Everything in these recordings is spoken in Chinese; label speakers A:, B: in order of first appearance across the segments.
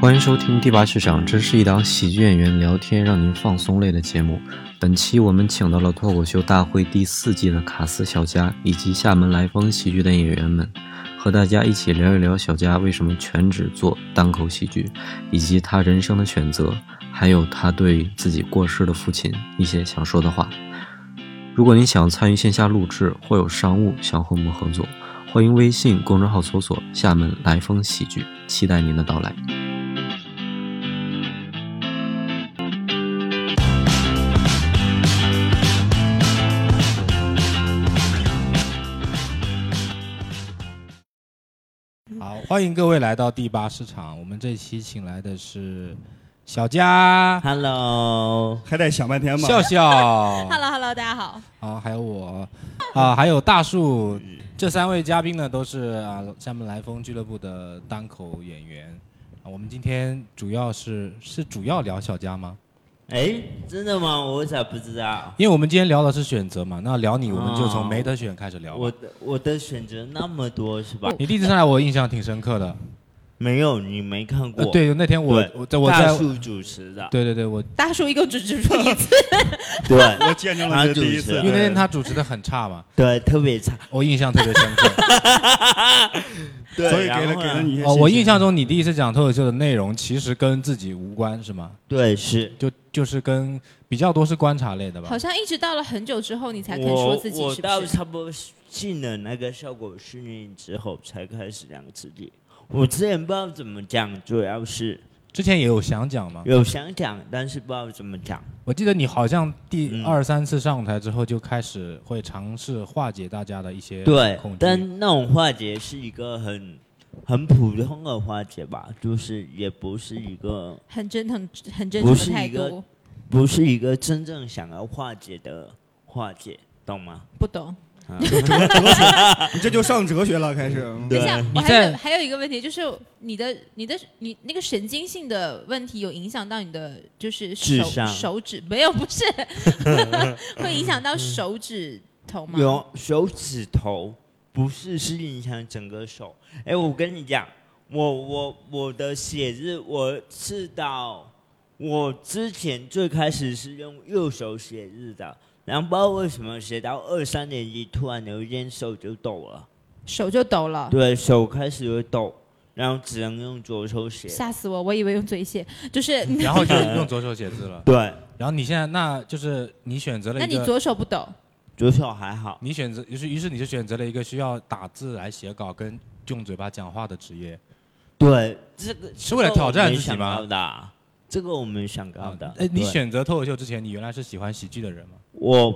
A: 欢迎收听《第八市场》，这是一档喜剧演员聊天让您放松类的节目。本期我们请到了《脱口秀大会》第四季的卡斯、小佳以及厦门来风喜剧的演员们，和大家一起聊一聊小佳为什么全职做单口喜剧，以及他人生的选择，还有他对自己过世的父亲一些想说的话。如果您想参与线下录制或有商务想和我们合作，欢迎微信公众号搜索“厦门来风喜剧”，期待您的到来。
B: 好，欢迎各位来到第八市场。我们这期请来的是小佳、
C: Hello，
D: 还得想半天嘛。
B: 笑笑，
E: Hello Hello，大家好。
B: 啊，还有我，啊，还有大树。这三位嘉宾呢，都是啊厦门来风俱乐部的单口演员。啊我们今天主要是是主要聊小佳吗？
C: 哎，真的吗？我咋不知道？
B: 因为我们今天聊的是选择嘛，那聊你，我们就从
C: 哦
B: 没得选开始聊吧。
C: 我的我的选择那么多是吧？
B: 你第一次上来，我印象挺深刻的。
C: 没有，你没看
B: 呃
C: 过。
B: 对，那天我
C: 对，
B: 我在我在
C: 大，树主持 的，
B: 对对对，我
E: 大叔一共 只指出一次，
C: 对
D: 我见证了这第一次
C: 他主持
B: 因为那天他主持的很差嘛，
C: 对，特 别差。
B: 我印象特别深 刻。
C: 对，
D: 所以给
C: 然
D: 了
C: 后
D: 给
C: 呢
D: 了你一些
B: 哦，我印象
D: 中
B: 中你第一次讲脱口秀的内容其实跟自己无关是吗？
C: 对是。
B: 就就是跟比较多是观察类的吧
E: 好。像一直到了很久之后，你才肯说
C: 我
E: 自己
C: 我
E: 是
C: 到
E: 不是？
C: 差不多进了那个效果训练之后，才开始讲自己。我之前不知道怎么讲，主要是
B: 之前也有想讲吗？
C: 有想讲，但是不知道怎么讲。
B: 我记得你好像第
C: 嗯
B: 二三次上台之后就开始会尝试化解大家的一些
C: 对
B: 恐，惧。
C: 但那种化解是一个很很普通的化解吧，就是也不是一个
E: 很真很很真
C: 不
E: 诚
C: 是
E: 的态
C: 一个
E: 度，
C: 不是一个真正想要化解的化解，懂吗？
E: 不懂。
D: 你这就上哲学了，开始。
E: 等一下，我还
B: 在
E: 有还有一个问题，就是你的你的你那个神经性的问题有影响到你的就是
C: 智
E: 手
C: 商
E: 手指没有不 是会影响到手指头吗？
C: 有手指头不是是影响整个手。哎，我跟你讲，我我我的写日我是到我之前最开始是用右手写日的，然后不知道为什么写到二三年级突然有一天手就抖了。
E: 手就抖了，
C: 对手开始会抖，然后只能用左手写。
E: 吓死我！我以为用嘴写， 就是
B: 然 后就用左手写字了。
C: 对，
B: 然后你现在那就是你选择了
E: 那
B: 一
E: 你
B: 个，
E: 左手不抖，
C: 左手还好。
B: 你选择于是于是你就选择了一个需要打字来写稿跟用嘴巴讲话的职业。
C: 对，这个
B: 是为了挑战自己
C: 这个我没
B: 吗
C: 想到的啊，这个我没想到的。
B: 哎，你
C: 对
B: 选择脱口秀之前，你原来是喜欢喜剧的人吗？
C: 我，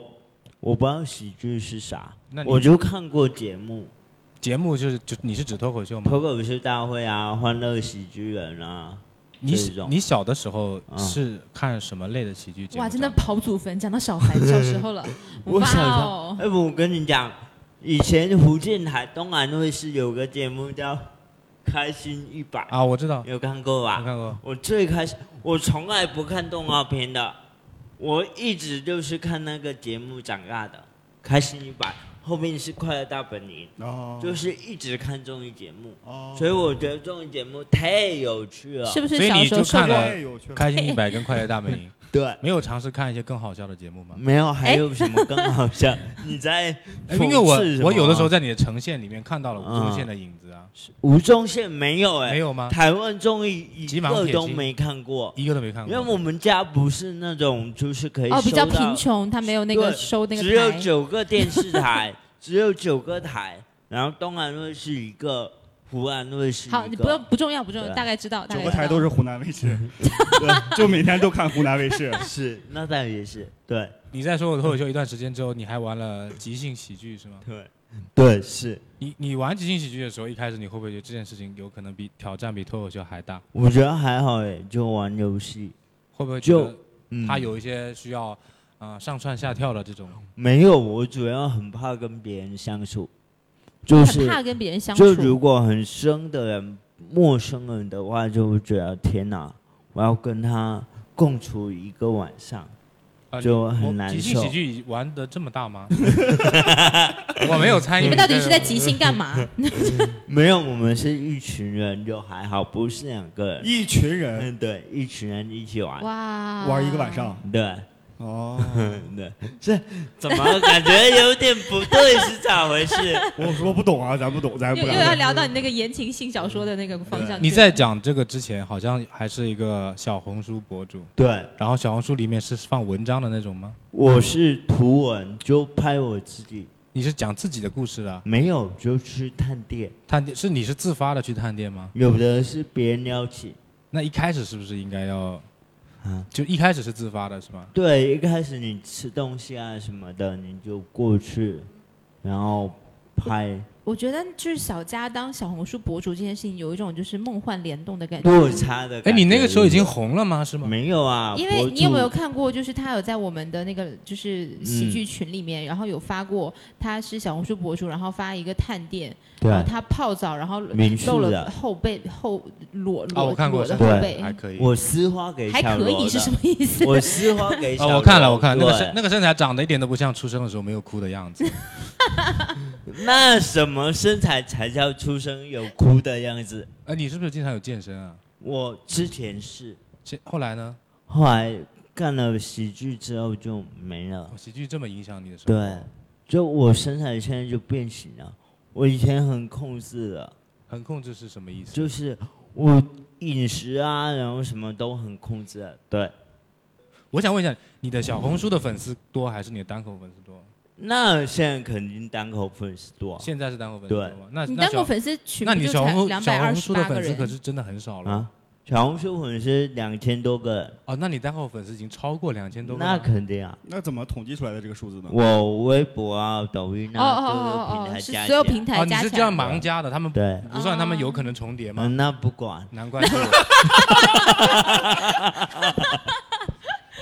C: 我不知道喜剧是啥
B: 那，你
C: 我就看过节目，
B: 节目就是就你是指脱口秀吗？
C: 脱口秀大会啊，欢乐喜剧人啊，
B: 你
C: 这种
B: 你小的时候
C: 嗯
B: 是看什么类的喜剧节目？
E: 哇，真的。跑祖坟，讲到小孩小时候了，
C: 我
E: 哇
C: 想
E: 哦
C: 到，！哎，我跟你讲，以前福建台东安卫视有个节目叫《开心一百》，
B: 啊，我知道，
C: 有看过
B: 我
C: 吧？
B: 看过。
C: 我最开始我从来不看动画片的，我一直就是看那个节目长大的，《开心一百》，后面是《快乐大本营》，
D: 哦，
C: 就是一直看综艺节目，
D: 哦，
C: 所以我觉得综艺节目太有趣了。
E: 是不是
B: 所以
E: 小
B: 你
E: 时候
B: 就
E: 受
B: 看
E: 过
B: 了
D: 太有趣
B: 《
D: 了。
B: 开心一 百》跟《快乐大本营》，
C: 对，
B: 没有尝试看一些更好笑的节目吗？
C: 没有还有什么更好笑？你在
B: 哎因为我
C: 讽刺什么啊
B: 我有的时候在你的呈现里面看到了吴宗宪
C: 嗯
B: 的影子啊，
C: 吴宗宪没有哎、
B: 没有吗？
C: 台湾综艺
B: 急
C: 一
B: 忙
C: 个
B: 铁
C: 都
B: 心
C: 没看过，
B: 一个都没看
C: 因为我
B: 过。
C: 们家不是那种就是可以
E: 哦，比较
C: 收到
E: 贫穷，他没有那个
C: 对
E: 收那个
C: 只有
E: 台
C: 九个电视台， 只有九个台，然后东南卫视一个，湖南卫视一个。
E: 好，你不用不重要不重要，
C: 对
E: 大概知道。大
D: 九
E: 概
D: 个
E: 知
D: 台
E: 道
D: 都是湖南卫视，
B: 嗯
D: 对就每天都看湖南卫视。
C: 是，那当然也是，对
B: 你在说我脱口秀一段时间之后，你还玩了即兴喜剧是吗？
C: 对对是，
B: 你你玩即兴喜剧的时候，一开始你会不会觉得这件事情有可能比挑战比脱口秀还大？
C: 我觉得还好诶，就玩游戏，
B: 会不会觉得
C: 就嗯，
B: 它有一些需要啊上蹿下跳的这种？
C: 没有？我主要很怕跟别人相处，就
E: 很
C: 是
E: 怕跟别人相
C: 就如
E: 处。
C: 果很生的人、陌生人的话，就会觉得天哪，我要跟他共处一个晚上。
B: 啊
C: 就
B: 我
C: 很难
B: 即兴
C: 受
B: 喜剧玩的这么大吗？ 我没有参与。
E: 你们到底是在即兴干 嘛？
C: 没有，我们是一群人就还好，不是两个人。
D: 一群人
C: 嗯，对，一群人一起玩，
E: 哇，
D: 玩一个晚。上
C: 对，
B: 嗯
C: 嗯
D: 哦。
C: 对，是怎么感觉有点不对，是咋 回事？
D: 我我不懂啊，咱不懂，咱
E: 又
D: 不
E: 又要
D: 敢。
E: 聊到你那个言情性小说的那个方向去。
B: 你在讲这个之前，好像还是一个小红书博主，
C: 对，
B: 然后小红书里面是放文章的那种吗？
C: 我是图文，就拍我自己，
B: 你是讲自己的故事的啊？
C: 没有就去探店，
B: 探店是你是自发的去探店吗？
C: 有的是别人邀请。
B: 那一开始是不是应该要
C: 嗯？
B: 就一开始是自发的是吗？
C: 对，一开始你吃东西啊什么的，你就过去，然后拍。
E: 我觉得就是小佳当小红书博主这件事情，有一种就是梦幻联动的感觉。
C: 落差的感觉。
B: 哎，你那个时候已经红了吗？是吗？
C: 没有啊？
E: 因
C: 博
E: 为你有没有
C: 主？嗯
E: 看过，就是他有在我们的那个就是喜剧群里面，然后有发过，他是小红书博主，然后发一个探店，然后
C: 对，
E: 他泡澡，然后
C: 民宿
E: 露了
C: 的
E: 后背后裸
B: 啊，
E: 裸
B: 我看过，
E: 裸的
B: 是
E: 后
B: 吧
E: 背，
B: 还可以。
C: 我私花给
E: 还
C: 小
E: 可
C: 罗
E: 以是
C: 的
E: 什么意思？
C: 我私花 给小
B: 啊，
C: 罗。
B: 我看了，我看了那个身
C: 对
B: 那个身材长得一点都不像出生的时候没有哭的样子。
C: 那什么身材才叫出生有哭的样子？
B: 哎，你是不是经常有健身啊？
C: 我之前是，
B: 这后来呢？
C: 后来干了喜剧之后就没了
B: 哦。喜剧这么影响你的生活？
C: 对，就我身材现在就变形了。我以前很控制的，
B: 很控制是什么意思？
C: 就是我饮食啊，然后什么都很控制的。对，
B: 我想问一下，你的小红书的粉丝多还是你的单口粉丝多？
C: 那现在肯定单口粉丝多啊
B: 现在是单口粉丝多吗？那
E: 你
B: 那
E: 单口
B: 小
E: 粉丝群
B: 那
E: 不
B: 你
E: 就
B: 小
E: 才
B: 红
E: 两百
B: 小
E: 二
B: 红
E: 十
B: 书的
E: 八个
B: 粉丝可
E: 人？
B: 是真的很少了。
C: 啊。小红书粉丝两千多个人，
B: 哦，那你单口粉丝已经超过两千多个了。
C: 那肯定啊。
D: 那怎么统计出来的这个数字呢？
C: 我微博啊、抖音
E: 哦
C: 啊，
E: 哦
C: 各
E: 哦
C: 个
E: 哦
C: 平
E: 哦，
C: 台
E: 是
C: 加
E: 所有
C: 起来
E: 平
B: 哦，
E: 台
B: 你
E: 加
B: 是
E: 起
B: 这样
E: 来。
B: 盲加的，他们
C: 对，
B: 不算，他们有可能重叠吗？
C: 嗯，那不管。
B: 难怪 是我。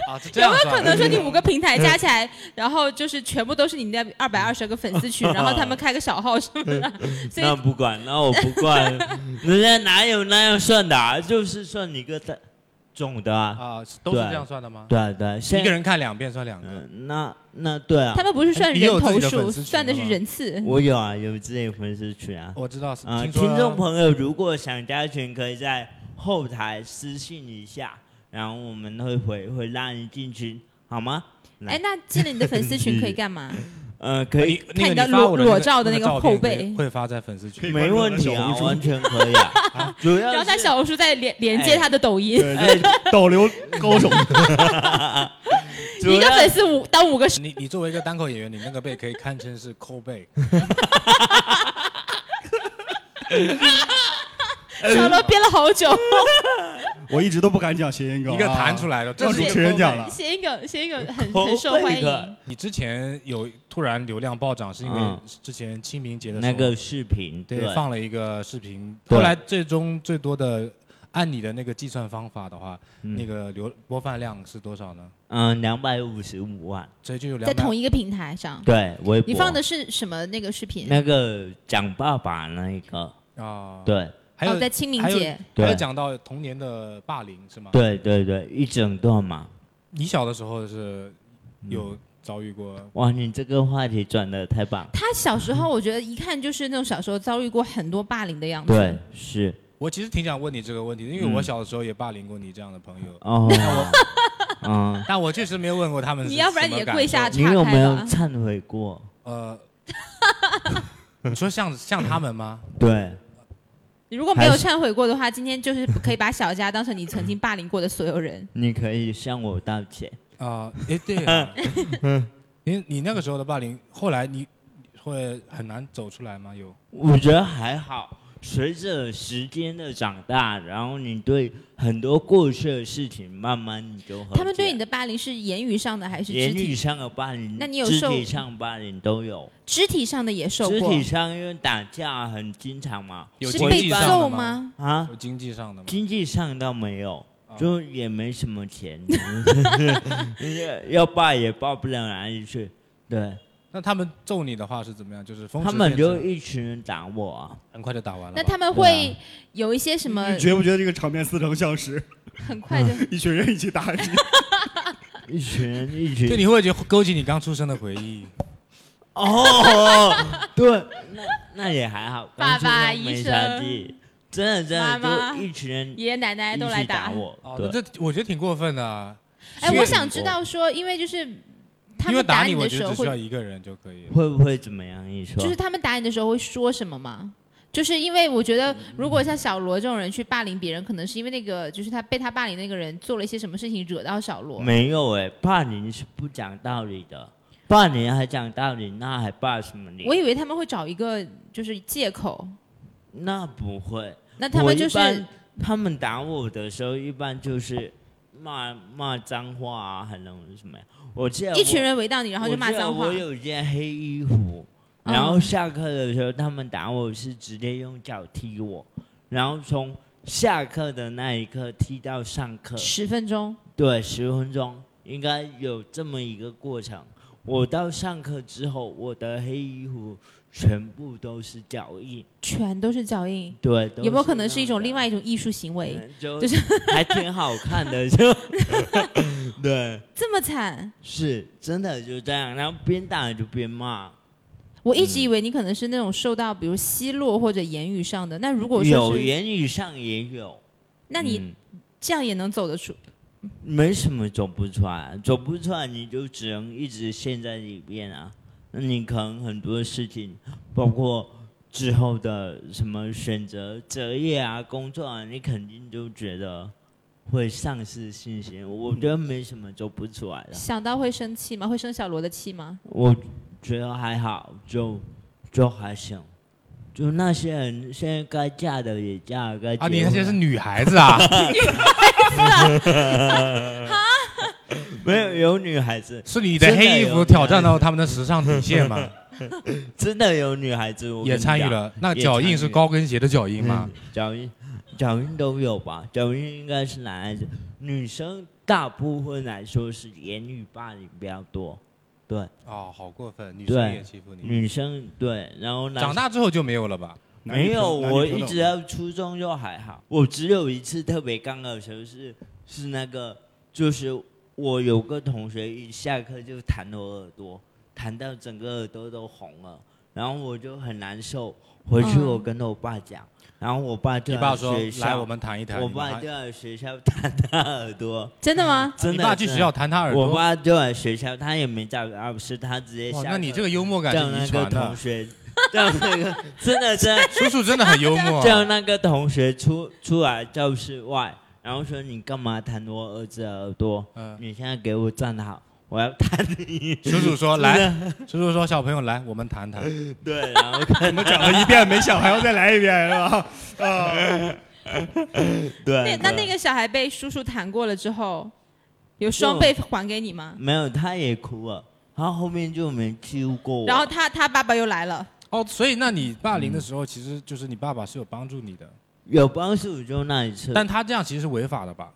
B: 啊，是这
E: 有
B: 样
E: 没有
B: 算
E: 可能说你五个平台加起来，然后就是全部都是你那二百二十个粉 丝群，然后他们开个小号什么的，所以
C: 那不管，那我不 管，人家哪有那样算的、啊？就是算你个的总的
E: 哦
C: 啊。
B: 啊？是都是这样算的吗？
C: 对对，现
B: 一个人看两遍算两个。
C: 嗯，那那对啊
E: 他，们不是算
B: 你有
E: 人头
B: 自己的
E: 数，
B: 粉丝群
E: 算的是
B: 吗
E: 人次。
C: 我有啊，有自己粉丝群啊。
E: 哦
B: 我知道，
C: 啊、
B: 听说
C: 听众朋友如果想加群，可以在后台私信一下，然后我们会回会让你进群，好吗？来
E: 哎，那进了你的粉丝群可以干嘛？
C: 呃，可以
B: 你，那个
E: 看你的
B: 发我的
E: 裸
B: 那个
E: 照的
B: 那
E: 那
B: 个
E: 个
B: 照片
E: 后背
B: 会会发在粉丝群。
D: 以
C: 没问题
D: 关
C: 啊，
D: 注我
C: 完
D: 的
C: 全可以 啊。主要
E: 然后在
C: 是
E: 小红书再连连
B: 哎
E: 接他的抖音，
D: 对，这导流高手，
C: 主
E: 一个
C: 要
E: 粉丝五当五个数，
B: 你你作为一个单口演员，你那个背可以堪称是抠 背。呃
E: 小罗憋了好久，
D: 我一直都不敢讲谐音梗啊，
B: 一个弹出来的，这
D: 让
B: 是
D: 主
E: 是
D: 持人讲了。
E: 谐音梗谐音梗很
C: 口
E: 很受欢
C: 碑的
E: 迎。
B: 你之前有突然流量暴涨，是因为
C: 嗯
B: 之前清明节的时
C: 那
B: 候
C: 个视频，对，
B: 对放了一个视频，
C: 对
B: 后来最终最多的按你的那个计算方法的话，
C: 嗯
B: 那个流播放量是多少呢？
C: 嗯，两百五十五万，
B: 所以就有
E: 在
B: 两百
E: 同。一个平台上，
C: 对，微博。
E: 你放的是什么那个视频？
C: 那个讲爸爸那一个，
B: 啊，，
C: 对
B: 还有
E: 哦，在清明
B: 还有
E: 节，
B: 还有
C: 对
B: 讲到童年的霸凌是吗？，
C: 对对对，一整段嘛。
B: 你小的时候是
E: 嗯
B: 有遭遇过
C: 哇，你这个话题转的太棒。
E: 他小时候我觉得一看就是那种小时候遭遇过很多霸凌的样子。
C: 对，是
B: 我其实挺想问你这个问题的，因为
C: 嗯
B: 我小的时候也霸凌过你这样的朋友，
C: 哦， 嗯，
B: 但我确实没有问过他们是
E: 你要不然
B: 什么
E: 也
B: 感
E: 跪
B: 受
E: 下
C: 你
E: 岔
C: 有没
E: 开
C: 有
E: 吧。
C: 忏悔过？
B: 呃， 你说像像他们吗？
C: 对，
E: 你如果没有
C: 还是
E: 忏悔过的话，今天就是可以把小佳当成你曾经霸凌过的所 有人。
C: 你可以向我道歉。
B: 啊、哎，对 啊，你你那个时候的霸凌，后来你会很难走出来吗？有
C: 我觉得还好，随着时间的长大，然后你对很多过去的事情慢慢你就和
E: 他们对你
C: 解
E: 的霸凌是言语上的还是肢
C: 哦言语
E: 体？
C: 上的霸凌，
E: 那你有
C: 肢
E: 受
C: 体上霸凌都有。
E: 肢体上的也受
C: 肢
E: 过，
C: 体上因为打架很经常嘛，
B: 有
E: 是
B: 经
E: 被
B: 济上
E: 揍
B: 的？
E: 吗？
C: 啊，
B: 有经济上的吗？
C: 经济上倒没有
B: 啊，
C: 就也没什么钱， 要报也报不了哪里去。对
B: 那他们揍你的话是怎么样？就是风
C: 他
B: 驰
C: 们
B: 电掣
C: 就一群人打我啊，
B: 很快就打完了吧。
E: 那他们会有一些
D: 啊
E: 什 么
D: 你？觉不觉得这个场面似曾相识？
E: 很快就
D: 一群人一起打你，
C: 一群人一群
B: 就你会觉得勾起你刚出生的回忆。
C: 哦，对，那那也还好，
E: 爸爸
C: 刚出没
E: 医
C: 啥
E: 生
C: 地真的真
E: 妈
C: 的
E: 妈
C: 就一群人
E: 爷爷奶奶都
C: 一
E: 来
C: 起打
E: 打。
C: 我
B: 哦，，
C: 对，
B: 那这我觉得挺过分的啊。
E: 哎，
B: 是
E: 我想知道说，因为就是他
B: 哦因为
E: 们
B: 打
E: 你
B: 我
E: 的
B: 觉
E: 时
B: 得
E: 候
B: 只需要
E: 会，
B: 一个人就可以了。
C: 会不会怎么样？你说，
E: 就是他们打你的时候会说什么吗？就是因为我觉
B: 嗯
E: 得，如果像小罗这种人去霸凌别人，可能是因为那个，就是他被他霸凌那个人做了一些什么事情惹到小罗。
C: 没有哎、霸凌是不讲道理的，霸凌还讲道理，那还霸什么凌？
E: 我以为他们会找一个就是借口，
C: 那不会，
E: 那他
C: 我
E: 们
C: 一
E: 就是
C: 般他们打我的时候，一般就是骂骂脏话啊，还能什么呀？我记得
E: 一群
C: 我，
E: 人围到你，然后就
C: 我
E: 骂
C: 记得
E: 脏话
C: 我。有一件黑衣服，然后
E: 嗯
C: 下课的时候，他们打我是直接用脚踢我，然后从下课的那一刻踢到上课，
E: 十分钟，
C: 对，十分钟应该有这么一个过程。我到上课之后，我的黑衣服全部都是脚印，
E: 全都是脚印，
C: 对，
E: 有没有可能是一种另
C: 外？
E: 外一种艺术行为？
C: 嗯就
E: 就是
C: 还挺好看 的，就 对，
E: 这么惨，
C: 是真的就这样，然后边打就边骂。
E: 我一直
B: 嗯
E: 以为你可能是那种受到比如奚落或者言语上的。那如果说
C: 有
E: 是，
C: 言语上也有，
E: 那你
C: 嗯
E: 这样也能走得出？
C: 没什么走不出来，走不出来你就只能一直陷在里面啊。那你可能很多事情，包括之后的什么选择、择业啊、工作啊，你肯定就觉得会丧失信心。我觉得没什么走不出来的。
E: 想到会生气吗？会生小罗的气吗？
C: 我觉得还好，就就还行。就那些人现在该嫁的也嫁了，该
B: 啊，你
C: 结
B: 那
C: 婚
B: 些是女孩子 啊，
C: 没有有女孩子，
B: 是你的黑衣服挑战到他们的时尚底线嘛？
C: 真的有女孩子，我跟
B: 也
C: 你
B: 参与
C: 讲，
B: 了。那
C: 也
B: 脚
C: 参
B: 印是
C: 与
B: 高跟鞋的脚印吗？
C: 脚印脚印嗯都有吧？脚印应该是男孩子，女生大部分来说是言语霸凌比较多，对，
B: 哦，好过分，女
C: 嗯对
B: 生也欺负你。
C: 女生对，然后男
B: 长大之后就没有了吧？
C: 没有，
D: 男女
C: 我
D: 平
C: 一
D: 等
C: 直到初中就还好。我只有一次特别尴尬的时候是是那个，就是我有个同学一下课就弹我耳朵，弹到整个耳朵都红了，然后我就很难受。回去
E: 嗯
C: 我跟我爸讲，然后我爸
B: 你
C: 就来
B: 爸说
C: 学校
B: 来我，们谈一谈。
C: 啊我
B: 你们
C: 爸
B: 还
C: 就来学校弹他耳朵，
E: 真的吗？
C: 真
B: 你
C: 的。
B: 爸去学
C: 真的
B: 校弹他耳
C: 我
B: 朵。
C: 爸就来学校，他也没找老师，他直接
B: 哇
C: 下，
B: 那你
C: 课
B: 这个幽默感是
C: 叫
B: 遗
C: 那个
B: 传
C: 同
B: 的。
C: 学，叫那个 真的真的。
B: 叔叔真的很幽 默。啊
C: 叫那个同学出出来教室外，然后说你干嘛弹我儿子的耳朵？
B: 嗯，
C: 你现在给我站好，我要弹你。
B: 叔叔说来，叔叔说小朋友来，我们谈谈。
C: 对，然后 看
D: 我们讲了一遍没响，还要再来一遍是吧？啊，
E: 那
C: 对，啊
E: 那
C: 对
E: 那个小孩被叔叔弹过了之后，有双倍还给你吗？
C: 没有，他也哭了，他后面就没欺负过我。
E: 然后他他爸爸又来了，
B: 哦，所以那你霸凌的时候，其实就是你爸爸是有帮助你的，
C: 有帮助就那一次，
B: 但他这样其实是违法的吧？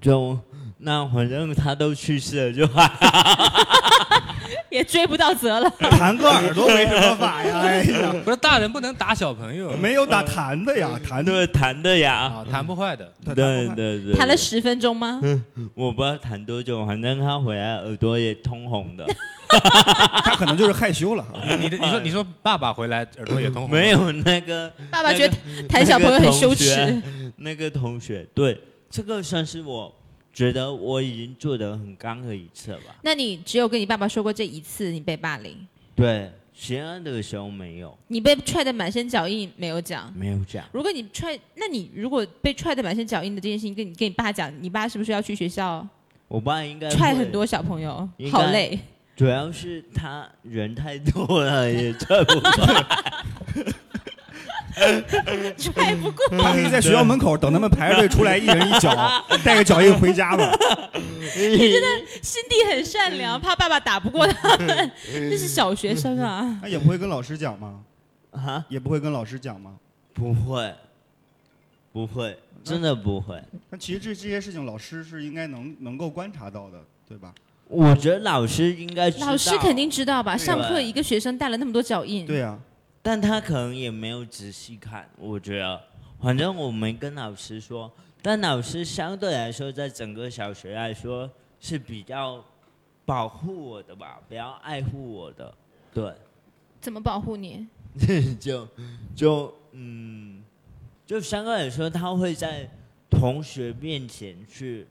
C: 就那反正他都去世了，就还
E: 也追不到责了。
D: 弹个耳朵没什么法呀，哎呀，
B: 不是大人不能打小朋友
D: 没有打弹的呀，弹的
C: 对弹的呀。
B: 啊，弹不坏的。
C: 对对对，嗯
E: 谈了十分钟吗？
C: 我不知道弹多久，反正他回来耳朵也通红 的，
D: 他可能就是害羞 了。啊
B: 你的你说你说爸爸回来耳朵也通红，
C: 哎没有那个
E: 爸爸觉得 谈小朋友很羞耻。
C: 那个同学，对，这个算是我觉得我已经做得很刚的一次了吧。
E: 那你只有跟你爸爸说过这一次你被霸凌，
C: 对，其他的时候没有，
E: 你被踹的满身脚印没有讲。
C: 没有讲。
E: 如果你踹，那你如果被踹的满身脚印的这件事情跟你跟你爸讲，你爸是不是要去学校
C: 我爸应该呃会
E: 踹很，多小朋友
C: 应？该
E: 好累，
C: 主要是他人太多了，也踹不过。
E: 踹不过。
D: 他可以在学校门口等他们排着队出来，一人一 脚，带个脚印回家吧。
E: 心地很善良，怕爸爸打不过他们，这是小学生啊。
D: 他也不会跟老师讲吗？
C: 啊，
D: 也不会跟老师讲吗？
C: 不会，不会，真的不会。
D: 那其实这这些事情，老师是应该能能够观察到的，对吧？
C: 我觉得老师应该知道
E: 老师肯定，知道吧？
D: 对
E: 上课一个学生带了那么多脚
B: 嗯
E: 印，
D: 对呀、
C: 但他可能也没有仔细看。我觉得，反正我没跟老师说，但老师相对来说，在整个小学来说是比较保护我的吧，不要爱护我的，对。
E: 怎么保护你？
C: 就就嗯，就相对来说，他会在同学面前去，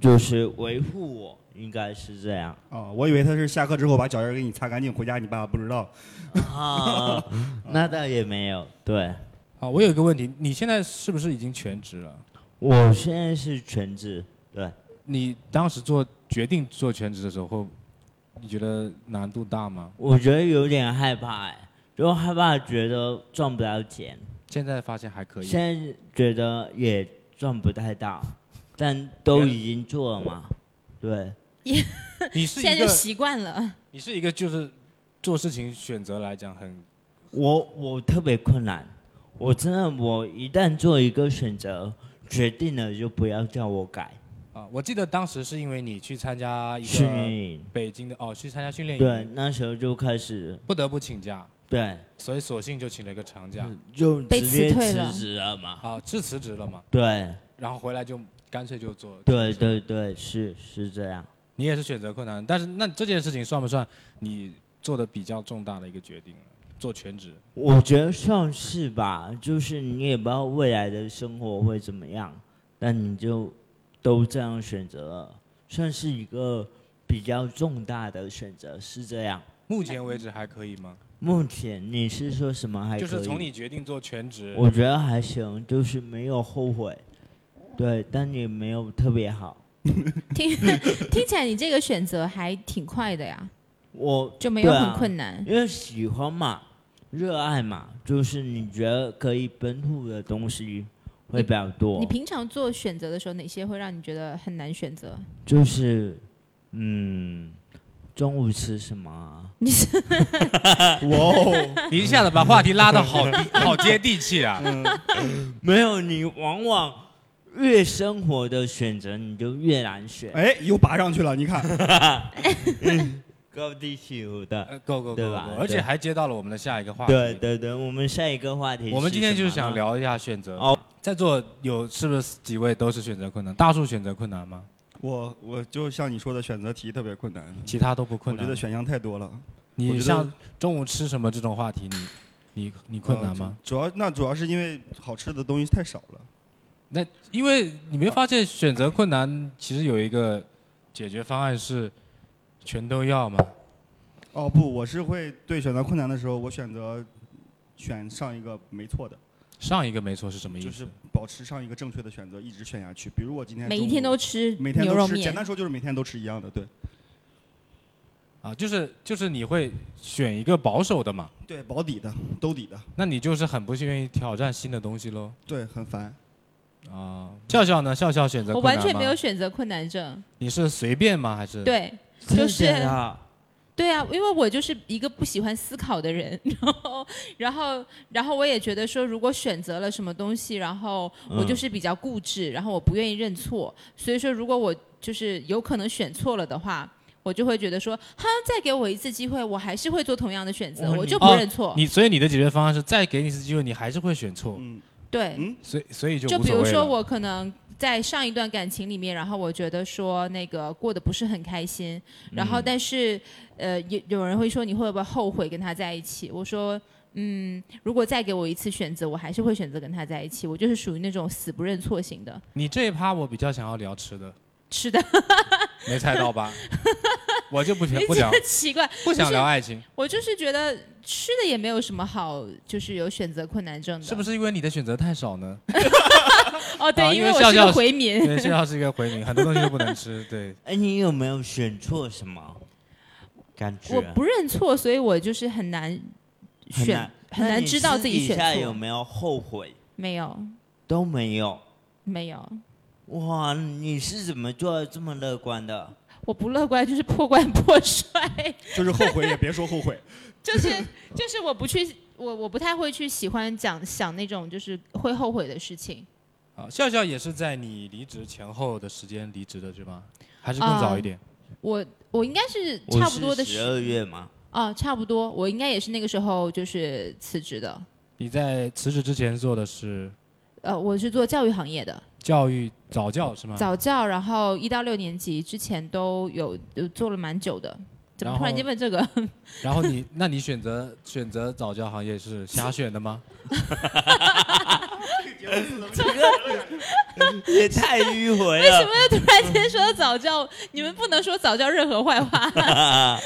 C: 就是维护我，应该是这样
D: 哦，我以为他是下课之后把脚印给你擦干净，回家你爸爸不知道。
C: 啊。 那倒也没有，对
B: 好，我有一个问题，你现在是不是已经全职了？
C: 我现在是全职，对，
B: 你当时做决定做全职的时候，会你觉得难度大吗？
C: 我觉得有点害怕、哎，就害怕觉得赚不到钱，
B: 现在发现还可以。
C: 现在觉得也赚不太到，但都已经做了嘛，对。
B: 你是
E: 现在
B: 一
E: 就
B: 个，
E: 习惯了，
B: 你是一个就是做事情选择来讲很
C: 我我特别困难，我真的我一旦做一个选择，决定了就不要叫我改
B: 啊，我记得当时是因为你去参加一
C: 训练
B: 个
C: 营。
B: 北京的哦，去参加训练
C: 对
B: 营，，
C: 那时候就开始
B: 不得不请假，
C: 对，
B: 所以索性就请了一个长假。
C: 就
E: 被
C: 直接
E: 辞退了
C: 辞职了嘛。
B: 啊，是辞职了嘛，
C: 对
B: 然后回来就干脆就做。
C: 对对对，是是这样。
B: 你也是选择困难，但是那这件事情算不算你做的比较重大的一个决定呢？做全职，
C: 我觉得算是吧，就是你也不知道未来的生活会怎么样，但你就都这样选择了，算是一个比较重大的选择，是这样。
B: 目前为止还可以吗？
C: 目前你是说什么还可以？
B: 就是从你决定做全职，
C: 我觉得还行，就是没有后悔，对，但也没有特别好。
E: 听 听起来你这个选择还挺快的呀，
C: 我
E: 就没有
C: 对
E: 很
C: 啊
E: 困难。
C: 因为喜欢嘛，热爱嘛，就是你觉得可以奔赴的东西会比较多
E: 你，平常做选择的时候，哪些会让你觉得很难选择？
C: 就是嗯，中午吃什么啊？
E: 你是
D: 哇哦，
B: 你 一下子把话题拉的好低 好接地气啊！
C: 没有，你往往越生活的选择你就越难选，
D: 哎，又拔上去了，你看，
C: 高低起伏的。
B: 呃够够够
C: 对
B: 够
C: 吧，
B: 而且
C: 对
B: 还接到了我们的下一个话题。
C: 对，对对，我们下一个话题。
B: 我们今天就是想，聊一下选择。
C: 啊哦，
B: 在座有是不是几位都是选择困难？大树选择困难吗？
D: 我我就像你说的，选择题特别困难，
B: 其他都不
D: 我
B: 困
D: 觉
B: 难
D: 得。选项太多了。我
B: 你
D: 觉得
B: 像中午吃什么这种话题，你你你困难吗？
D: 呃？主要那主要是因为好吃的东西太少了。
B: 那因为你没发现选择困难其实有一个解决方案是全都要吗？
D: 哦不，我是会对选择困难的时候，我选择选上一个没错的，
B: 上一个没错是什么意思？
D: 就是保持上一个正确的选择，一直选下去。比如我今天
E: 每
D: 中
E: 一
D: 午
E: 天都吃
D: 啊每天
E: 牛
D: 都
E: 肉
D: 吃，简
E: 面，
D: 单说就是每天都吃一样的，对
B: 啊，就是就是你会选一个保守的嘛，
D: 对，保底的，兜底的，
B: 那你就是很不愿意挑战新的东西喽。
D: 对，很烦。
B: 啊，
D: 嗯
B: 笑笑呢？笑笑选择
E: 我
B: 困难
E: 完
B: 吗
E: 全没有。选择困难症。
B: 你是随便吗？还是？
E: 对，
C: 真的
E: 就是
C: 假的
E: 对啊，因为我就是一个不喜欢思考的人， 然后，然后，然后我也觉得说，如果选择了什么东西，然后我就是比较固执，然后我不愿意认错，所以说如果我就是有可能选错了的话，我就会觉得说，哈，再给我一次机会，我还是会做同样的选择，
C: 哦
E: 我
C: 你
E: 就不认错。
B: 你所以你的解决方案是再给你一次机会，你还是会选错，
D: 嗯，
E: 对，
D: 嗯
B: 所以所以就
E: 就
B: 无
E: 比
B: 所
E: 如
B: 谓
E: 说
B: 了
E: 我可能在上一段感情里面，然后我觉得说那个过得不是很开心，
B: 嗯
E: 然后但是、呃有有人会说你会不会后悔跟他在一起？我说嗯，如果再给我一次选择，我还是会选择跟他在一起。我就是属于那种死不认错型的。
B: 你这一趴我比较想要聊吃的，
E: 吃的
B: 没猜到 吧？我就不
E: 你
B: 不
E: 觉
B: 聊
E: 得 奇怪，
B: 不想
E: 是
B: 聊爱情，
E: 我就是觉得吃的也没有什么好，就是有选择困难症的，
B: 是不
E: 是？
B: 是因为你的选择太少呢？
E: 哦，对，
B: 啊
E: 因
B: 因为
E: 我
B: 笑
E: 是个
B: 笑
E: 回民
B: 因，为现在是一个回民，很多东西都不能吃。 对，
C: 哎，你有没有选错什么？感觉
E: 我不认错，所以我就是很难
C: 很
E: 选
C: 难，
E: 很难知道自己选
C: 那你私底下
E: 错
C: 有没有后悔？
E: 没有。
C: 都没有。
E: 没有，
C: 哇，你是怎么做到这么乐观的？
E: 我不乐观，就是破罐破摔，
D: 就是后悔也别说后 悔，
E: 就是就是我不去，我我不太会去喜欢讲想那种就是会后悔的事情。
B: 啊，笑笑也是在你离职前后的时间离职的，是吗？还是更早一点？
E: 嗯我我应该是
C: 我
E: 差不多的
C: 十二月嘛，
E: 啊，差不多，我应该也是那个时候就是辞职的。
B: 你在辞职之前做的是
E: 呃，我是做教育行业的，
B: 教育早教是吗？
E: 早教，然后一到六年级之前都有有做了蛮久的。怎么
B: 然
E: 突然
B: 后
E: 间问这个？
B: 然后你，那你选择选择早教行业是瞎选的吗？
C: 也太迂回
B: 嗯
E: 为什
C: 了
E: 么。又突然间说到早教？你们不能说早教任何坏 话，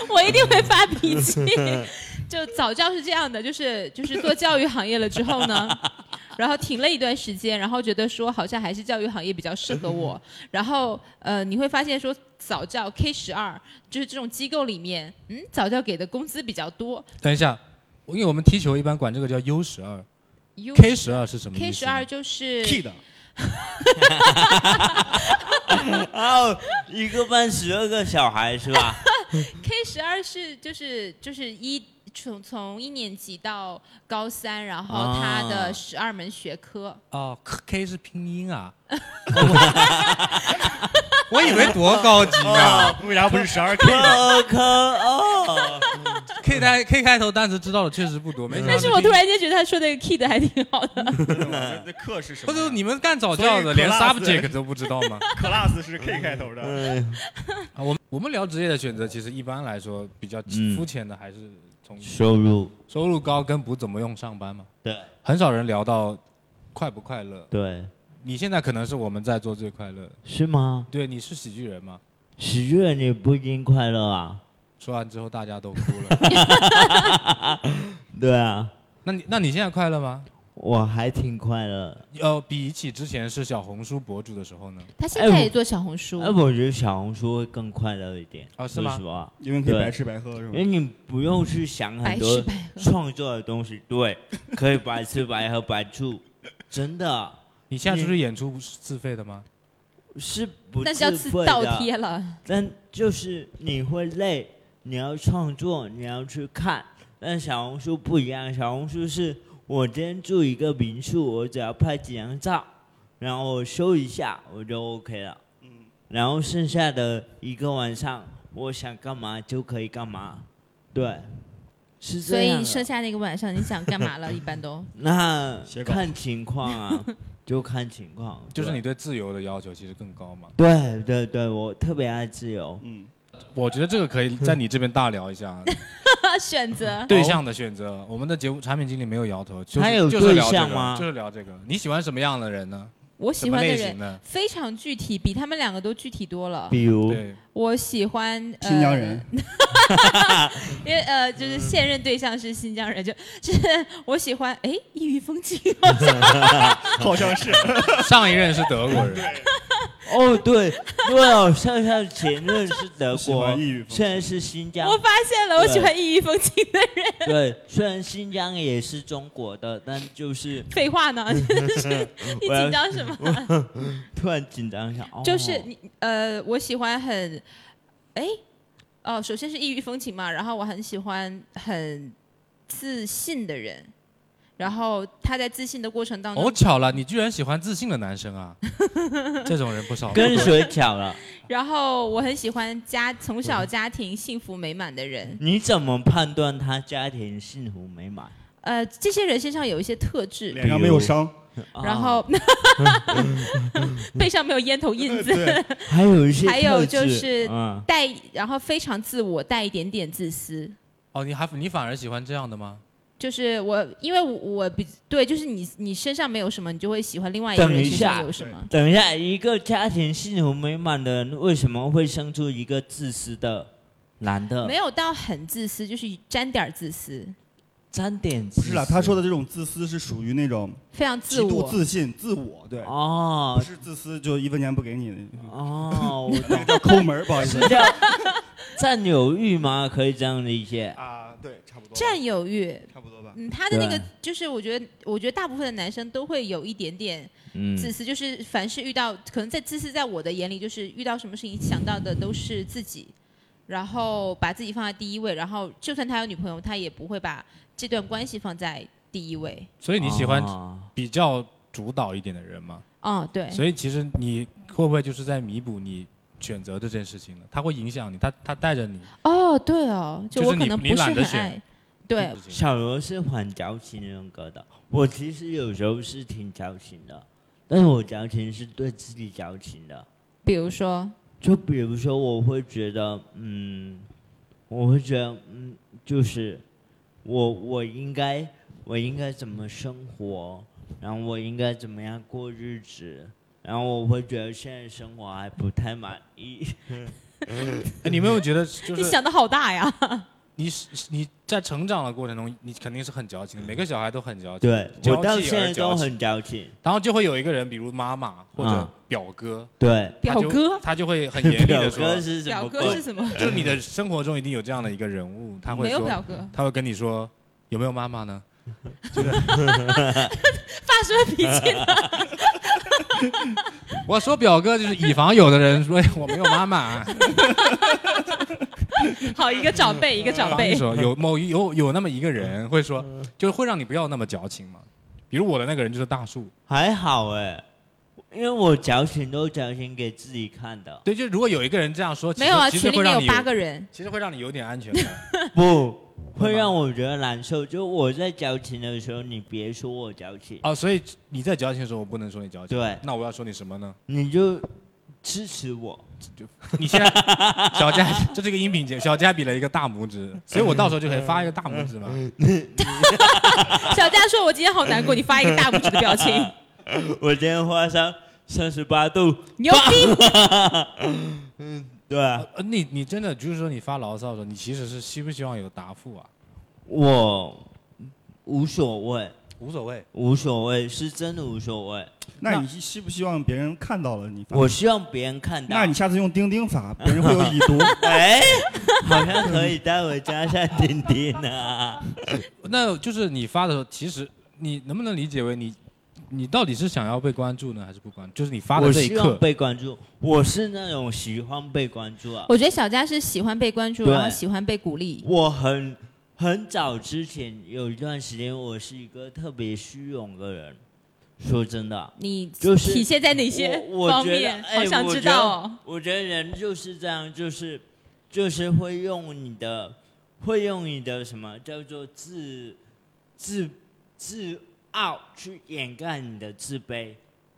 E: 我一定会发脾气。就早教是这样的，就是就是做教育行业了之后呢， 然后停了一段时间，然后觉得说好像还是教育行业比较适合我。然后呃，你会发现说早教 K 十二就是这种机构里面，嗯，早教给的工资比较多。
B: 等一下，因为我们踢球一般管这个叫 U 十二
E: U
B: ，K 十二是什么
E: K
B: 意
E: 十
B: 思
E: 二
B: 呢？
E: 就是
D: ，key 的，
C: 然后哦一个班十二个小孩是 吧？
E: K 十二是就是就是一从从一年级到高三，然后它
C: 啊
E: 的十二门学科，
B: 哦，K 是拼音 啊。 我以为多高级啊呢
E: 哦
D: 为啥不是十二 K？
C: 科二科哦，
B: ，K 开 K 开头单词知道的确实不多，没想到
E: 但是我突然间觉得他说那个 kid 还挺好的。
D: 那课是什
B: 不
D: 么呀？
B: 是你们干早教的
D: 所以
B: 连
D: class-
B: subject 都不知道 吗？
D: class 是 K 开头的，
B: 啊，我们我们聊职业的选择，其实一般来说比较
C: 嗯
B: 肤浅的，还是从
C: 收入
B: 收入高跟不怎么用上班嘛。
C: 对
B: 很少人聊到快不快乐。
C: 对
B: 你现在可能是我们在做最快乐的。
C: 是吗？
B: 对，你是喜剧人吗？
C: 喜剧人也不一定快乐啊。
B: 说完之后大家都哭 了。
C: 对啊，
B: 那你那你现在快乐吗？
C: 我还挺快乐。
B: 呃，比起之前是小红书博主的时候呢？
E: 他现在也做小红书，
C: 哎，我觉得小红书会更快乐一点。
B: 哦是
C: 说
B: 吗
C: 实话，
D: 因为可以
C: 对
D: 白吃白喝是
C: 因
D: 吗
C: 为？你不用去想
E: 白
C: 很
E: 吃
C: 多
E: 白喝。
C: 创作的东西，对，可以白吃白喝白住，真的
B: 你现在出去演出不是自费的吗？
C: 是不
E: 但是要
C: 自
E: 吃
C: 费
E: 倒
C: 的
E: 贴了，
C: 但就是你会累，你要创作，你要去看。但小红书不一样，小红书是我今天住一个民宿，我只要拍几张照，然后我修一下，我就 OK 了。
B: 嗯
C: 然后剩下的一个晚上，我想干嘛就可以干嘛，对，是
E: 所
C: 这样
E: 以
C: 的。
E: 剩下那个晚上你想干嘛了？一般都
C: 那
D: 写稿
C: 看情 况啊，就看情况。
B: 就是
C: 对
B: 你对自由的要求其实更高嘛。
C: 对对对，我特别爱自由。
D: 嗯，
B: 我觉得这个可以在你这边大聊一下 啊
E: 选择
B: 对象的选择。我们的节目产品经理没有摇头，就是
C: 他有
B: 就是聊
C: 对象
B: 这个
C: 吗
B: 就是聊这个，你喜欢什么样的人呢？
E: 我
B: 什
E: 喜
B: 么
E: 欢的
B: 类型
E: 人
B: 的？
E: 非常具体，比他们两个都具体多了。
C: 比如，
B: 对，
E: 我喜欢呃
D: 新疆人，
E: 因为呃，就是现任对象是新疆人，就就是我喜欢哎，异域风情，
D: 好像是。
B: 上一任是德 国人，
C: 哦，对，对哦，上上前任是德
D: 喜
C: 国
D: 欢异域，风
C: 虽然是新疆
E: 我，发现了，我喜欢异域风情的人。
C: 对，虽然新疆也是中国的，但就是
E: 废话 呢，就是你
C: 嗯我要
E: 紧张什么？
C: 突然紧张一下，哦、
E: 就是你呃，我喜欢很，哎，哦，首先是异域风情嘛，然后我很喜欢很自信的人，然后他在自信的过程当中，
B: 哦，巧了，你居然喜欢自信的男生 啊！这种人不少。
C: 跟谁巧了？
E: 然后我很喜欢家从小家庭幸福美满的人，
C: 你怎么判断他家庭幸福美满？
E: 呃，这些人身上有一些特质，
D: 脸上没有伤，
C: 啊
E: 然后、 背上没有烟头印子，
D: 对，
C: 还有一些特质，
E: 还有就是
C: 嗯，
E: 带然后非常自我，带一点点自私。
B: 哦，你还你反而喜欢这样的吗？
E: 就是我，因为我我比对，就是你你身上没有什么，你就会喜欢另外一个
C: 等
E: 人
C: 一
E: 身
C: 下
E: 上有什么。
C: 等一下，一个家庭幸福美满的人为什么会生出一个自私的男的
E: 没？有到很自私，就是沾点儿自私，
C: 沾点
D: 不
C: 自私
D: 是啦，他说的这种自私是属于那种
E: 非常
D: 极
E: 自
D: 度
E: 我。
D: 自信、自我，对，
C: 哦
D: 不啊是自私就一分钱不给你嗯的，
C: 哦，我
D: 那个叫抠门儿，不好意思
C: 是叫 占有欲吗？可以这样理解。
D: 啊，对，差不多吧，
E: 占有欲，
D: 差不多吧。
E: 嗯，他的那个
C: 对
E: 就是，我觉得，我觉得大部分的男生都会有一点点
C: 嗯
E: 自私，就是凡是遇到，可能在自私，在我的眼里，就是遇到什么事情想到的都是自己，然后把自己放在第一位，然后就算他有女朋友，他也不会把这段关系放在第一位。
B: 所以你喜欢
C: 啊
B: 比较主导一点的人吗？
E: 嗯，对，
B: 所以其实你会不会就是在弥补你选择的这件事情呢？他会影响你，他他带着你。
E: 哦，对哦，
B: 就
E: 就
B: 是
E: 我可
B: 你
E: 能
B: 你
E: 不是
B: 懒得
E: 很
B: 选
E: 爱，对，
C: 小罗是很矫情人格的，我其实有时候是挺矫情的，但是我矫情是对自己矫情的，
E: 比如说，
C: 就比如说我会觉得，嗯，我会觉得，嗯，就是我我应该我应该怎么生活，然后我应该怎么样过日子，然后我会觉得现在生活还不太满意。
B: 哎，你有没有觉得就
E: 你
B: 是
E: 想的好 大呀，
B: 你是你在成长的过程中，你肯定是很矫情的，每个小孩都很矫情。
C: 对，
B: 矫
C: 我到
B: 情
C: 现
B: 而
C: 在
B: 矫
C: 都
B: 情
C: 很矫情。
B: 然后就会有一个人，比如妈妈或者
C: 嗯
B: 表哥，
C: 对，
B: 他
E: 表
B: 就
E: 哥
B: 他就会很严厉
C: 表
B: 的说，
C: 哥是什
E: 表
C: 么
E: 哥
C: 鬼
E: 是？什么？
B: 就是你的生活中一定有这样的一个人物，他会
E: 没有
B: 说，
E: 表哥，
B: 他会跟你说有没有妈妈呢？
E: 发什么脾 气呢？
B: 我说表哥就是以防有的人说 我没有妈妈啊，
E: 好，一个长 辈，一个 长
B: 防你
E: 辈，
B: 说有某一有有那么一个
C: 嗯
B: 人会说，就是会让你不要那么矫情嘛。比如我的那个人就是大树，。
C: 还好哎，因为我矫情都矫情给自己看的
B: 对，就是如果有一个人这样说，其实
E: 没有啊，
B: 其实
E: 群里
B: 会
E: 面
B: 让
E: 有
B: 你
E: 八个人，
B: 其实会让你有点安全感。
C: 不
B: 会
C: 会
B: 吗
C: 让我觉得难受。就我在矫情的时候，你别说我矫情，
B: 哦，所以你在矫情的时候，我不能说你矫情。
C: 对
B: 那我要说你什么呢？
C: 你就支持我。
B: 你现 在小佳，这是一个音频节目，小佳比了一个大拇指，所以我到时候就可以发一个大拇指嘛。
C: 嗯
E: 小佳说：“我今天好难过。”你发一个大拇指的表情，
C: 我今天花上三十八度，
E: 牛 逼！
C: 对啊，
B: 呃，你你真的就是说你发牢骚的时候，你其实是希不希望有答复啊？
C: 我无所谓，
B: 无所谓，
C: 无所谓，是真的无所
B: 啊
C: 谓。
D: 那你希不希望别人看到了你发？
C: 我希望别人看到。
D: 那你下次用钉钉 发，别人会有已读。
C: 哎，好像可以带回家下点点啊。
B: 那就是你发的时候，其实你能不能理解为你你到底是想要被关注呢，还是不关注？就是你发的
C: 我
B: 这一
C: 希望
B: 刻，
C: 被关注，我是那种喜欢被关注啊。
E: 我觉得小佳是喜欢被关注，
C: 对
E: 然后喜欢被鼓励。
C: 我很很早之前有一段时间，我是一个特别虚荣的人。说真的，
E: 你
C: 就是
E: 体现在哪些
C: 我我
E: 方
C: 觉得
E: 面？
C: 哎
E: 好想知道哦。
C: 我觉得人就是这样，就是就是会用你的，会用你的什么叫做自自自傲去掩盖你的自卑。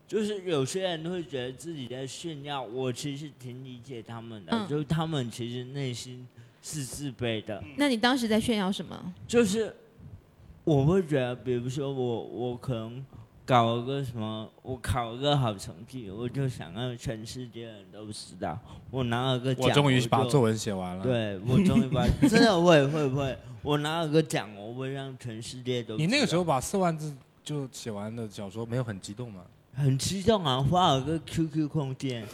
C: 就是有些人会觉得自己在炫耀，我其实挺理解他们的，
E: 嗯
C: 就是他们其实内心是自卑的。
E: 那你当时在炫耀什么？
C: 就是我会觉得，比如说我我可能搞了个什么，我考了个好成绩，我就想让全世界人都知道，我拿了个奖，
B: 我终于
C: 就
B: 把作文写完了。，
C: 对我终于把真的会会会，我拿了个奖，我会让全世界都知道
B: 你那个时候把四万字就写完的小说，没有很激动吗？
C: 很激动啊，画了个 QQ 空间，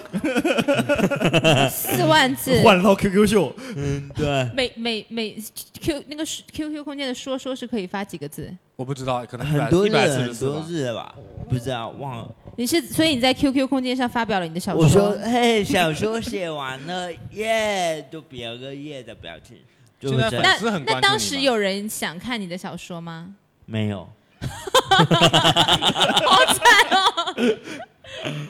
E: 四 万字，
D: 换了套 QQ 秀，
C: 嗯，对，
E: 每每每 Q 那个是 QQ 空间的说说是可以发几个字？
B: 我不知道，可能
C: 很多
B: 一
C: 日
B: 百四十
C: 很
B: 四
C: 多
B: 吧。
C: 日了吧，不知道忘了。
E: 你是所以你在 QQ 空间上发表了你的小
C: 我说
E: 说，：“
C: 嘿，小说写完了，耶！”就比了个耶的表情。就
B: 现
C: 会
B: 在
C: 这
B: 粉
C: 样
E: 那
B: 丝很关注
E: 那
B: 你
E: 当时
B: 吧
E: 有人想看你的小说吗？
C: 没有，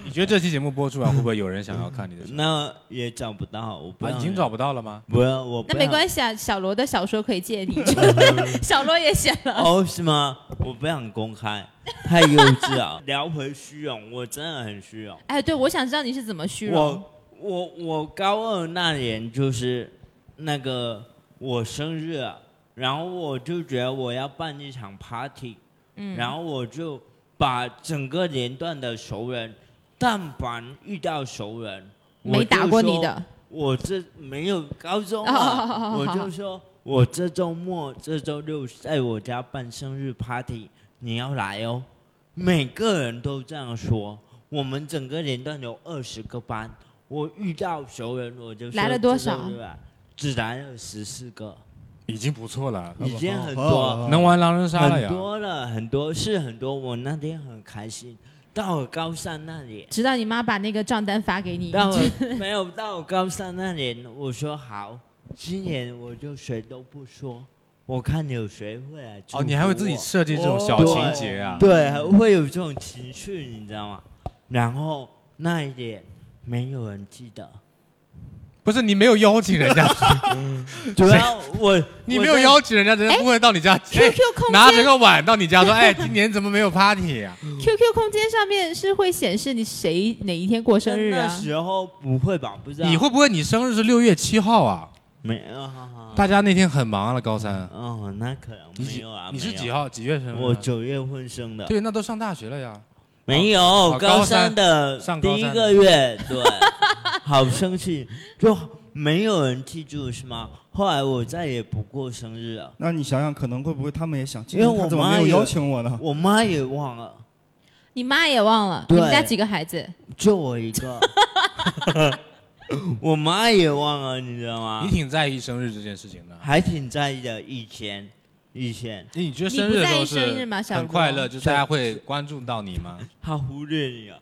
B: 你觉得这期节目播出完，会不会有人想要看你的小说？
C: 那也找不到，我不
B: 啊，
C: 要、
B: 已经找不到了吗？
C: 不要，我
E: 那没
C: 系。
E: 关系啊，小罗的小说可以 借你， 小罗也写了。
C: 哦，是吗？我不想公开，太幼稚 了。聊回虚荣，我真的很虚荣。
E: 哎，对，我想知道你是怎么虚荣。
C: 我我我高二那年就是那个我生日啊，然后我就觉得我要办一场 party，
E: 嗯，
C: 然后我就把整个连段的熟人，但凡遇到熟人，我
E: 没
C: 就
E: 打过
C: 说
E: 你的，
C: 我这没有高中
E: 哦好好
C: 啊，
E: 好
C: 我
E: 好
C: 就说我这周末这周六在我家办生日 party，你要来哦。每个人都这样说，我们整个连段有二十个班，我遇到熟人我就说
E: 来了多少
C: 这周六啊只来了十四个，
B: 已经不错了，
C: 已经很
D: 好好
C: 多
D: 好
B: 能玩狼人杀了
C: 很
B: 呀。
C: 多了，很多是很多。我那天很开心，到了高三那里，
E: 直到你妈把那个账单发给你，
C: 到了 没有到我高三那年，我说好，今年我就谁都不说，我看有谁会来祝福我。
B: 哦，你还会自己设计这种小情节啊？
C: 对，还会有这种情绪， 你知道吗？然后那一点没有人记得，
B: 不是你没有邀请人家，
C: 主要我
B: 你没有邀请人家，人家不会到你家，哎
E: QQ 空
B: 拿着
E: 间
B: 个碗到你家说，哎，今年怎么没有 party 啊呀？
E: ，QQ 空间上面是会显示你谁哪一天过生日
C: 那
E: 啊？
C: 时候不会吧？不知道
B: 你会不会你生日是六月七号啊？
C: 没有？啊
B: 大家那天很忙了，高三。
C: 哦，那可能
B: 你
C: 没
B: 几
C: 有啊。
B: 你是
C: 没有
B: 几？号？几月生日啊？
C: 我九月份生的，
B: 对，那都上大学了呀。
C: 没有、
B: 哦高
C: 三
B: 三
C: 的
B: 上高
C: 第
B: 三的
C: 一个月，对， 好生气，就没有人记住是吗？后来我再也不过生日了，
D: 那你想想，可能会不会他们也想，今
C: 因
D: 天
C: 为我
D: 他怎么
C: 妈
D: 没有
C: 也
D: 邀请我呢？
C: 我妈也忘了，
E: 你妈也忘了，你们
C: 对
E: 家几个孩子？
C: 就我一个， 我妈也忘了，你知道吗
B: 你？挺在意生日这件事情的。
C: 还挺在意的，以前，以前
B: 你觉得生日的时候
E: 你不在意生日吗
B: 是
E: 小
B: 很
E: 茹
B: 快乐，就是大家会关注到你吗？
C: 她忽略你了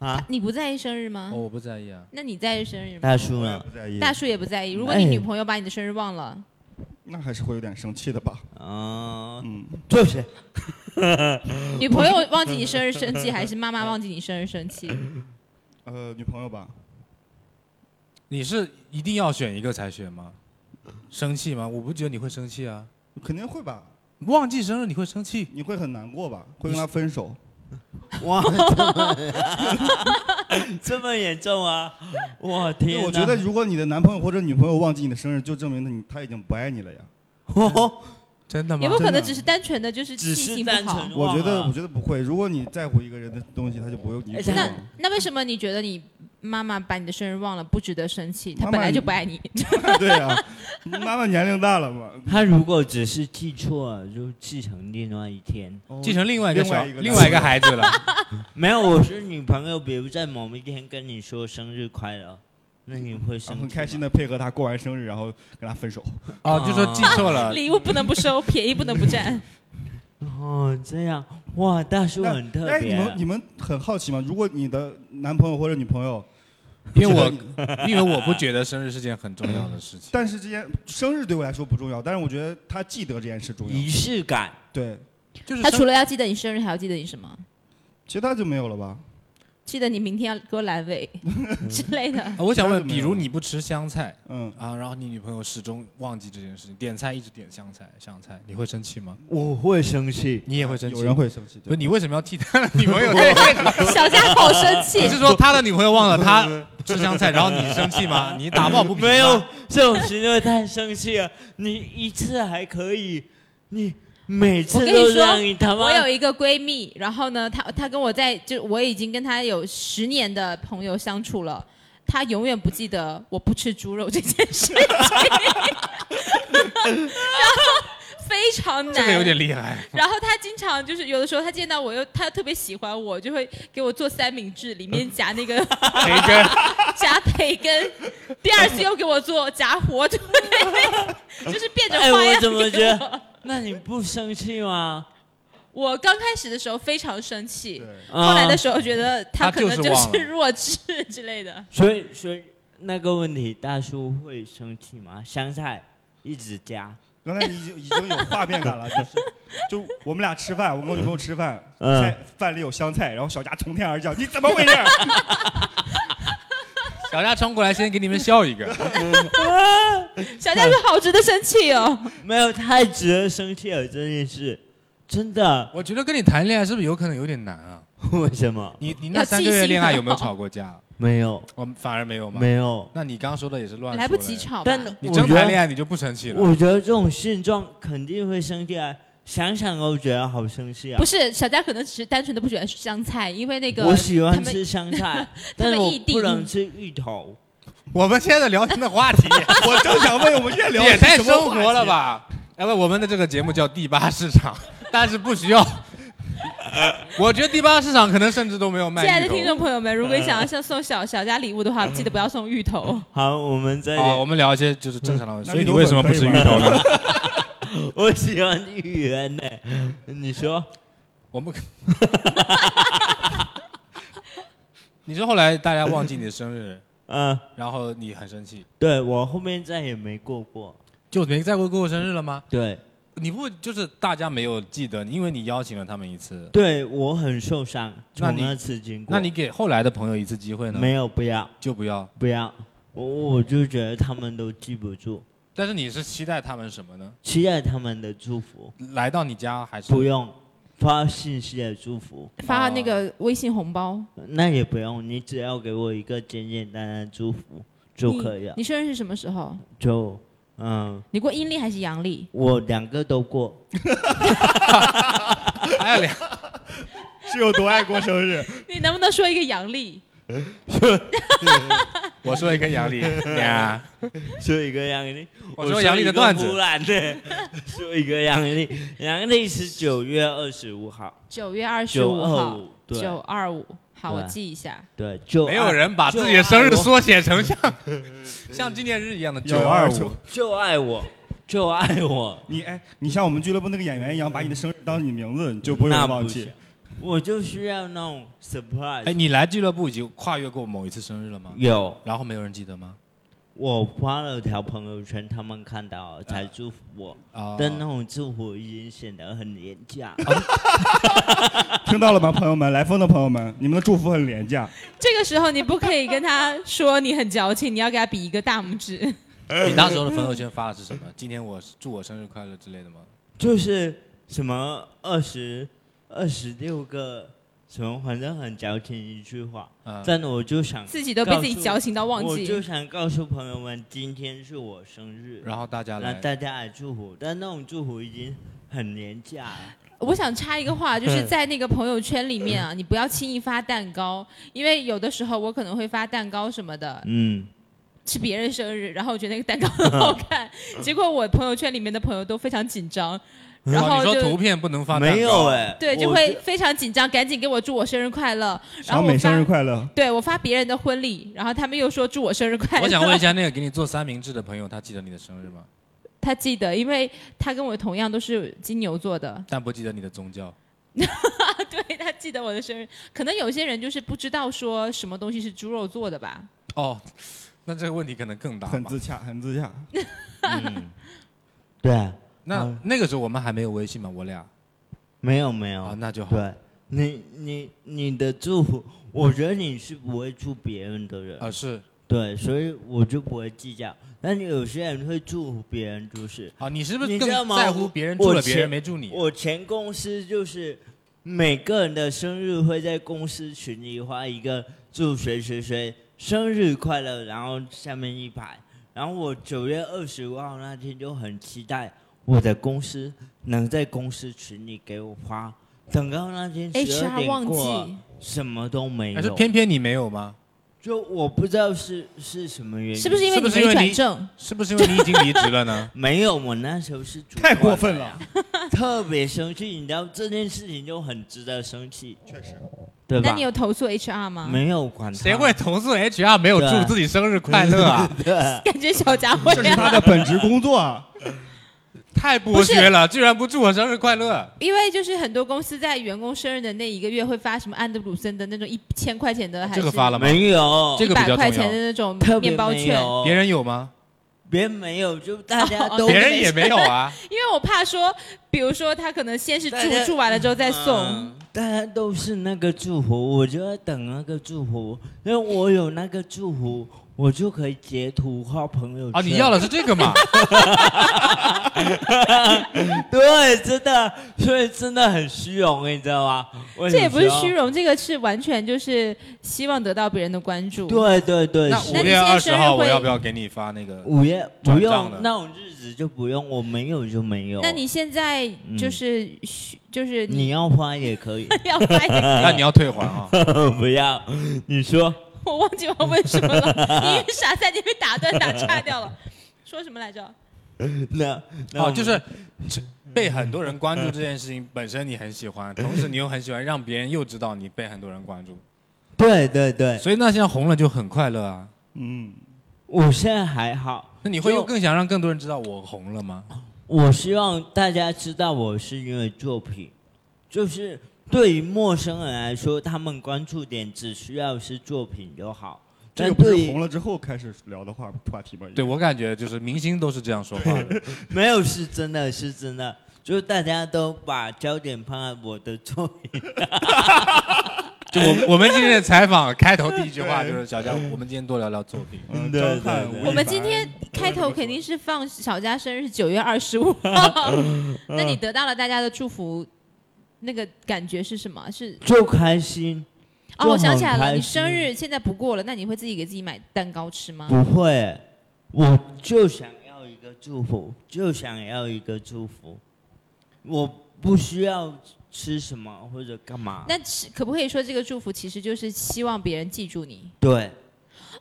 C: 啊，
E: 你不在意生日吗？
B: 我不在意啊。
E: 那你在意生日吗？
C: 大叔
D: 我也
C: 呢？
D: 不在意，
E: 大叔也不在意。如果你
C: 哎
E: 女朋友把你的生日忘了，
D: 那还是会有点生气的吧？
C: 啊，
D: 嗯，
C: 就是嗯
E: 女朋友忘记你生日生气，还是妈妈忘记你生日生气？
C: 嗯
D: 呃，女朋友吧，
B: 你是一定要选一个才选吗？生气吗？我不觉得你会生气啊。
D: 肯定会吧？
B: 忘记生日你会生气？
D: 你会很难过吧？会跟他分手？
C: 哇， 这么严重啊！我
D: 因
C: 天
D: 为
C: 哪，
D: 我觉 得，如果你的男朋友或者女朋友忘记你的生日，就证明了你他已经不爱你了呀。
B: 真的吗
E: 也不？可
D: 真的
E: 能只是单纯的就是记
C: 只是
E: 性不
C: 单
E: 好
C: 纯。
D: 我
C: 忘
D: 觉
C: 了
D: 得，我觉得不会。如果你在乎一个人的东西，他就不会你
C: 而
D: 不
C: 且
D: 会
E: 那
D: 忘。
E: 那为什么你觉得你妈妈把你的生日忘了不值得生气？
D: 妈
E: 她
D: 妈
E: 本来就不爱你。，
D: 对呀、妈妈年龄大了嘛。
C: 他如果只是记错了，就记成另外一天。
B: 继承另外一个小
D: 另外一个
B: 另外一个孩子了，
C: 没有，我是女朋友，比如在某一天跟你说生日快乐，那你会生
D: 然
C: 气
D: 后
C: 吗
D: 很开心的配合他过完生日，然后跟他分手。
B: 哦，就说记错了
E: 礼物不能不收，便宜不能不 占。
C: 哦，这样哇，大叔很特
D: 哎，你
C: 别。啊
D: 们你们很好奇吗？如果你的男朋友或者女朋友，
B: 因为我因为我不觉得生日是件很重要的事情。
D: 但是之间生日对我来说不重要，但是我觉得他记得这件事重
C: 仪
D: 要。
C: 式感，
D: 对，
B: 就是
E: 她
B: 生
E: 除了要记得你生日，还要记得你什么？
D: 其他就没有了吧？
E: 记得你明天要给我 阑尾之类的。
B: 啊我想
D: 其他
B: 问，
D: 就没
B: 比
D: 有
B: 如
D: 了
B: 你不吃香菜
D: 嗯，
B: 啊，然后你女朋友始终忘记这件事情，点菜一直点香菜，香菜，你会生气吗？
C: 我会生气。
B: 你也会生气？
D: 有人会生气。
B: 不是
D: 对
B: 你为什么要替他的女 朋友生气？
E: 小家伙生 气
B: 你，是说他的女朋友忘了他吃香菜，然后你生气 吗？你打抱不平吗
C: 没有，这种行为太生气了。你一次还可以，你每次
E: 我跟你
C: 都
E: 说
C: 让你他妈
E: 我有一个闺蜜，然后呢，她她跟我在就我已经跟她有十年的朋友相处了，她永远不记得我不吃猪肉这件事情， 然后非常难。
B: 这个有点厉害。
E: 然后她经常就是有的时候她见到我又她特别喜欢我，就会给我做三明治，里面夹那个
B: 培根，
E: 夹培根。第二次又给我做夹火腿， 就是变着
C: 哎
E: 花
C: 我
E: 样给
C: 怎么觉得
E: 我
C: 那你不生气吗？
E: 我刚开始的时候非常生气，
D: 对
C: 啊
E: 后来的时候觉得他可能
B: 他就是
E: 就
B: 忘
E: 是
B: 了
E: 弱智之类的。
C: 所以，所以那个问题，大叔会生气吗？香菜一直加，
D: 刚才你已经已经有画面感了，就是就我们俩吃饭，我跟我女朋友吃饭，
C: 嗯
D: 菜饭里有香菜，然后小佳从天而降，你怎么回事？
B: 小家冲过来，先给你们笑一个。
E: 小家说好值得生气哦，
C: 没有太值得生气了这件事，真 的？
B: 我觉得跟你谈恋爱是不是有可能有点难啊？
C: 为什么？
B: 你你那三个月恋爱有没有吵过架？
C: 没有，
B: 我反而没有吗？
C: 没有。
B: 那你刚说的也是乱说的
E: 来不及。吵吧。
C: 但
B: 你
C: 我
B: 真
C: 觉
B: 谈恋
C: 得，
B: 爱你就不生气了？
C: 我觉得这种现状肯定会生气啊！想想都觉得好生气啊！
E: 不是小家可能只是单纯的不喜欢吃香菜，因为那个
C: 我喜
E: 他
C: 欢
E: 们
C: 吃香菜， 但是我
E: 异地
C: 不能吃芋头。
B: 我们现在聊天的话 题
D: 我正想问，我们现在聊的
B: 也
D: 是
B: 太
D: 什么
B: 生
D: 话
B: 活了
D: 题？
B: 吧？哎不，我们的这个节目叫第八市场，但是不需 要。我觉得第八市场可能甚至都没有卖
E: 亲爱的
B: 芋
E: 听
B: 头。
E: 众朋友们，如果你想要像送小小家礼物的话，记得不要送芋头。
C: 好，我们再
B: 好，我
C: 聊。
B: 们聊一些就是正常的问题。
D: 那
B: 所以嗯
D: 芋
B: 你
D: 头
B: 为
D: 粉
B: 什么不
D: 可以
B: 吃芋
D: 吗
B: 头呢？
C: 我喜欢芋圆呢，你说
B: 我们， 你说后来大家忘记你的生日，
C: 嗯，
B: 然后你很生气，
C: 对我后面再也没过过。
B: 就没再过过生日了吗？
C: 对，
B: 你不就是大家没有记得你，因为你邀请了他们一次，
C: 对我很受伤，
B: 那
C: 从
B: 你
C: 那次经过。
B: 那你给后来的朋友一次机会呢？
C: 没有不要
B: 就不要。
C: 不要，我我就觉得他们都记不住，
B: 但是你是期待他们什么呢？
C: 期待他们的祝福，
B: 来到你家还是
C: 不用发信息的祝福，
E: 发那个微信红包
C: 那也不用，你只要给我一个简简单单的祝福就可以啊
E: 你
C: 了。
E: 你生日是什么时候？
C: 就嗯，
E: 你过阴历还是阳历？
C: 我两个都过，
B: 还有哎两
D: 是有多爱过生日？
E: 你能不能说一个阳历？
B: 我说一个 杨丽，呀，
C: 说一个杨丽，
B: 我说杨丽的段子
C: 突然的，说一个杨丽，杨丽是九月二十五号，
E: 九月二十
C: 九
E: 五
C: 二
E: 号
C: 五，，
E: 九
C: 对
E: 二五。好，我
C: 对
E: 记一下。
C: 对，就
B: 没有人把自己的生日缩写成像像纪念日一样的九二五。
C: 就爱我，就爱我，
D: 你哎，你像我们俱乐部那个演员一样，把你的生日当你名字，你就不会有
C: 那
D: 人
C: 不
D: 忘
C: 行
D: 记。
C: 我就需要那种 surprise。
B: 哎，你来俱乐部已经跨越过某一次生日了吗？
C: 有，
B: 然后没有人记得吗？
C: 我发了条朋友圈，他们看到了才祝福我，
B: 啊，
C: 但那种祝福已经显得很廉价。
D: 听到了吗，朋友们？来风的朋友们，你们的祝福很廉价。
E: 这个时候你不可以跟他说你很矫情，你要给他比一个大拇指。
B: 你那时候的朋友圈发的是什么？今天我祝我生日快乐之类的吗？
C: 就是什么二十二十六个什么，反正很矫情一句话，
B: 嗯，
C: 但我就想，
E: 自己都被自己矫情到忘
C: 我就
E: 记。
C: 想告诉朋友们，今天是我生日，
B: 然后大家
C: 让
B: 来，
C: 大家来祝福，但那种祝福已经很廉价了。
E: 我想插一个话，就是在那个朋友圈里面啊，你不要轻易发蛋糕，因为有的时候我可能会发蛋糕什么的，
C: 嗯，
E: 是别人生日，然后我觉得那个蛋糕很好看，结果我朋友圈里面的朋友都非常紧张，然
B: 哦
E: 后
B: 你说图
E: 就。
B: 片不能发蛋糕，啊
C: 没有哎，
E: 对，就
C: 我
E: 会非常紧张，赶紧给我祝我生日快乐。然
D: 小
E: 后我
D: 美生日
E: 发，
D: 快乐！
E: 对我发别人的婚礼，然后他们又说祝我生日快乐。
B: 我想问一下，那个给你做三明治的朋友，他记得你的生日吗？
E: 他记得，因为他跟我同样都是金牛座的，
B: 但不记得你的宗教。
E: 对他记得我的生日。可能有些人就是不知道说什么东西是猪肉做的吧。
B: 哦，那这个问题可能更大
D: 很
B: 吧。
D: 自洽，很自洽。
C: 嗯，对啊，
B: 那
C: 嗯
B: 那个时候我们还没有微信嘛，我俩
C: 没有没有
B: 啊，，那就好。
C: 哦对你你你的祝福，我觉得你是不会祝别人的人，
B: 啊，是
C: 对，所以我就不会计较。但有些人会祝福别人，就是
B: 啊，你是不是
C: 你知道
B: 更
C: 吗
B: 在乎别人
C: 我
B: 住了
C: 前
B: 别人没住你？
C: 我前公司就是每个人的生日会在公司群里发一个祝谁谁谁生日快乐，然后下面一排。然后我九月二十五号那天就很期待我的公司能在公司群里给我发，等到那天十二
E: HR
C: 点
E: 忘
C: 过啊了
E: 记，
C: 什么都没
B: 还是
C: 有，
B: 偏偏你没有吗？
C: 就我不知道是是什么原因，？
E: 是不是因为
B: 是不
E: 你
B: 是因
E: 没
B: 为你
E: 转正？
B: 是不是因为你已经离职了呢
C: 没有，我那时候是主
D: 太过
C: 管
D: 分了，
C: 特别生气，你知道这件事情就很值得生气，
D: 确实。
C: 对吧？
E: 那你有投诉 HR 吗？
C: 没有管他
B: 谁会投诉 HR 没有
C: 对嗯啊
B: 祝自己生日快乐 啊？
C: 对
E: 感觉小家伙
D: 这是他的本职工作啊，
B: 太剥削了，居然不祝我生日快乐！
E: 因为就是很多公司在员工生日的那一个月会发什么安德鲁森的那种一千块钱的，还
B: 这
E: 是
B: 个发了吗？
C: 没有，
B: 这
E: 一
B: 个比较重要
E: 百块钱的那种
C: 特别
E: 面包
C: 没
E: 券。
C: 有，
B: 别人有吗？
C: 别人没有，就大家
E: 哦
C: 都
B: 别人也没有啊。
E: 因为我怕说，比如说他可能先是
C: 大家
E: 住，住完了之后再送。
C: 嗯大家都是那个祝福，我就要等那个祝福，因为我有那个祝福，我就可以截图发朋友圈。
B: 啊，你要
C: 了？
B: 的是这个嘛？
C: 对，真的，所以真的很虚荣，你知道吗？我
E: 这也不是
C: 有时候
E: 虚。荣，这个是完全就是希望得到别人的关注。
C: 对对对，
B: 那
C: 是
B: 五
E: 你
B: 月
E: 现
B: 二
E: 在
B: 十
E: 生日
B: 号我
E: 会
B: 要不要给你发那个？
C: 五月不
B: 转账的
C: 用那种日子就不用，我没有就没有。
E: 那你现在就是、
C: 嗯
E: 嘘就是
C: 你
E: 你
C: 要花也可 以，
E: 要发言，
B: 那你要退还啊！
C: 不要。你说
E: 我忘记我问什么 了，因为傻在你被打断打岔掉了，说什么来着？
C: 那那
B: 哦，
C: 我们
B: 就是这被很多人关注这件事情本身你很喜欢，同时你又很喜欢让别人又知道你被很多人关注，
C: 对对对，
B: 所以那现在红了就很快乐啊。
D: 嗯，
C: 我现在还好。
B: 那你会
C: 就
B: 又更想让更多人知道我红了吗？
C: 我希望大家知道我是因为作品，就是对于陌生人来说，他们关注点只需要是作品就好。
D: 这
C: 但
D: 个不是
C: 对于
D: 红了之后开始聊的话话题吗？
B: 对，我感觉就是明星都是这样说话的。
C: 没有是真的是真的，就是大家都把焦点放在我的作品。
B: 就 我我们今天的采访开头第一句话就是小佳，我们今天多聊聊作品。
D: 嗯，
C: 对
D: 张
C: 对
D: 翰
C: 对
D: 吴亦
E: 我们
D: 凡
E: 今天开头肯定是放小佳生日九月二十五，
C: 嗯
E: 那你得到了大家的祝福，那个感觉是什么？是
C: 就开心，
E: 哦，我想起来
C: 就很开心
E: 了，你生日现在不过了，那你会自己给自己买蛋糕吃吗？
C: 不会，我就想要一个祝福，就想要一个祝福，我不需要吃什么或者干嘛。
E: 那是可不可以说这个祝福其实就是希望别人记住你？
C: 对，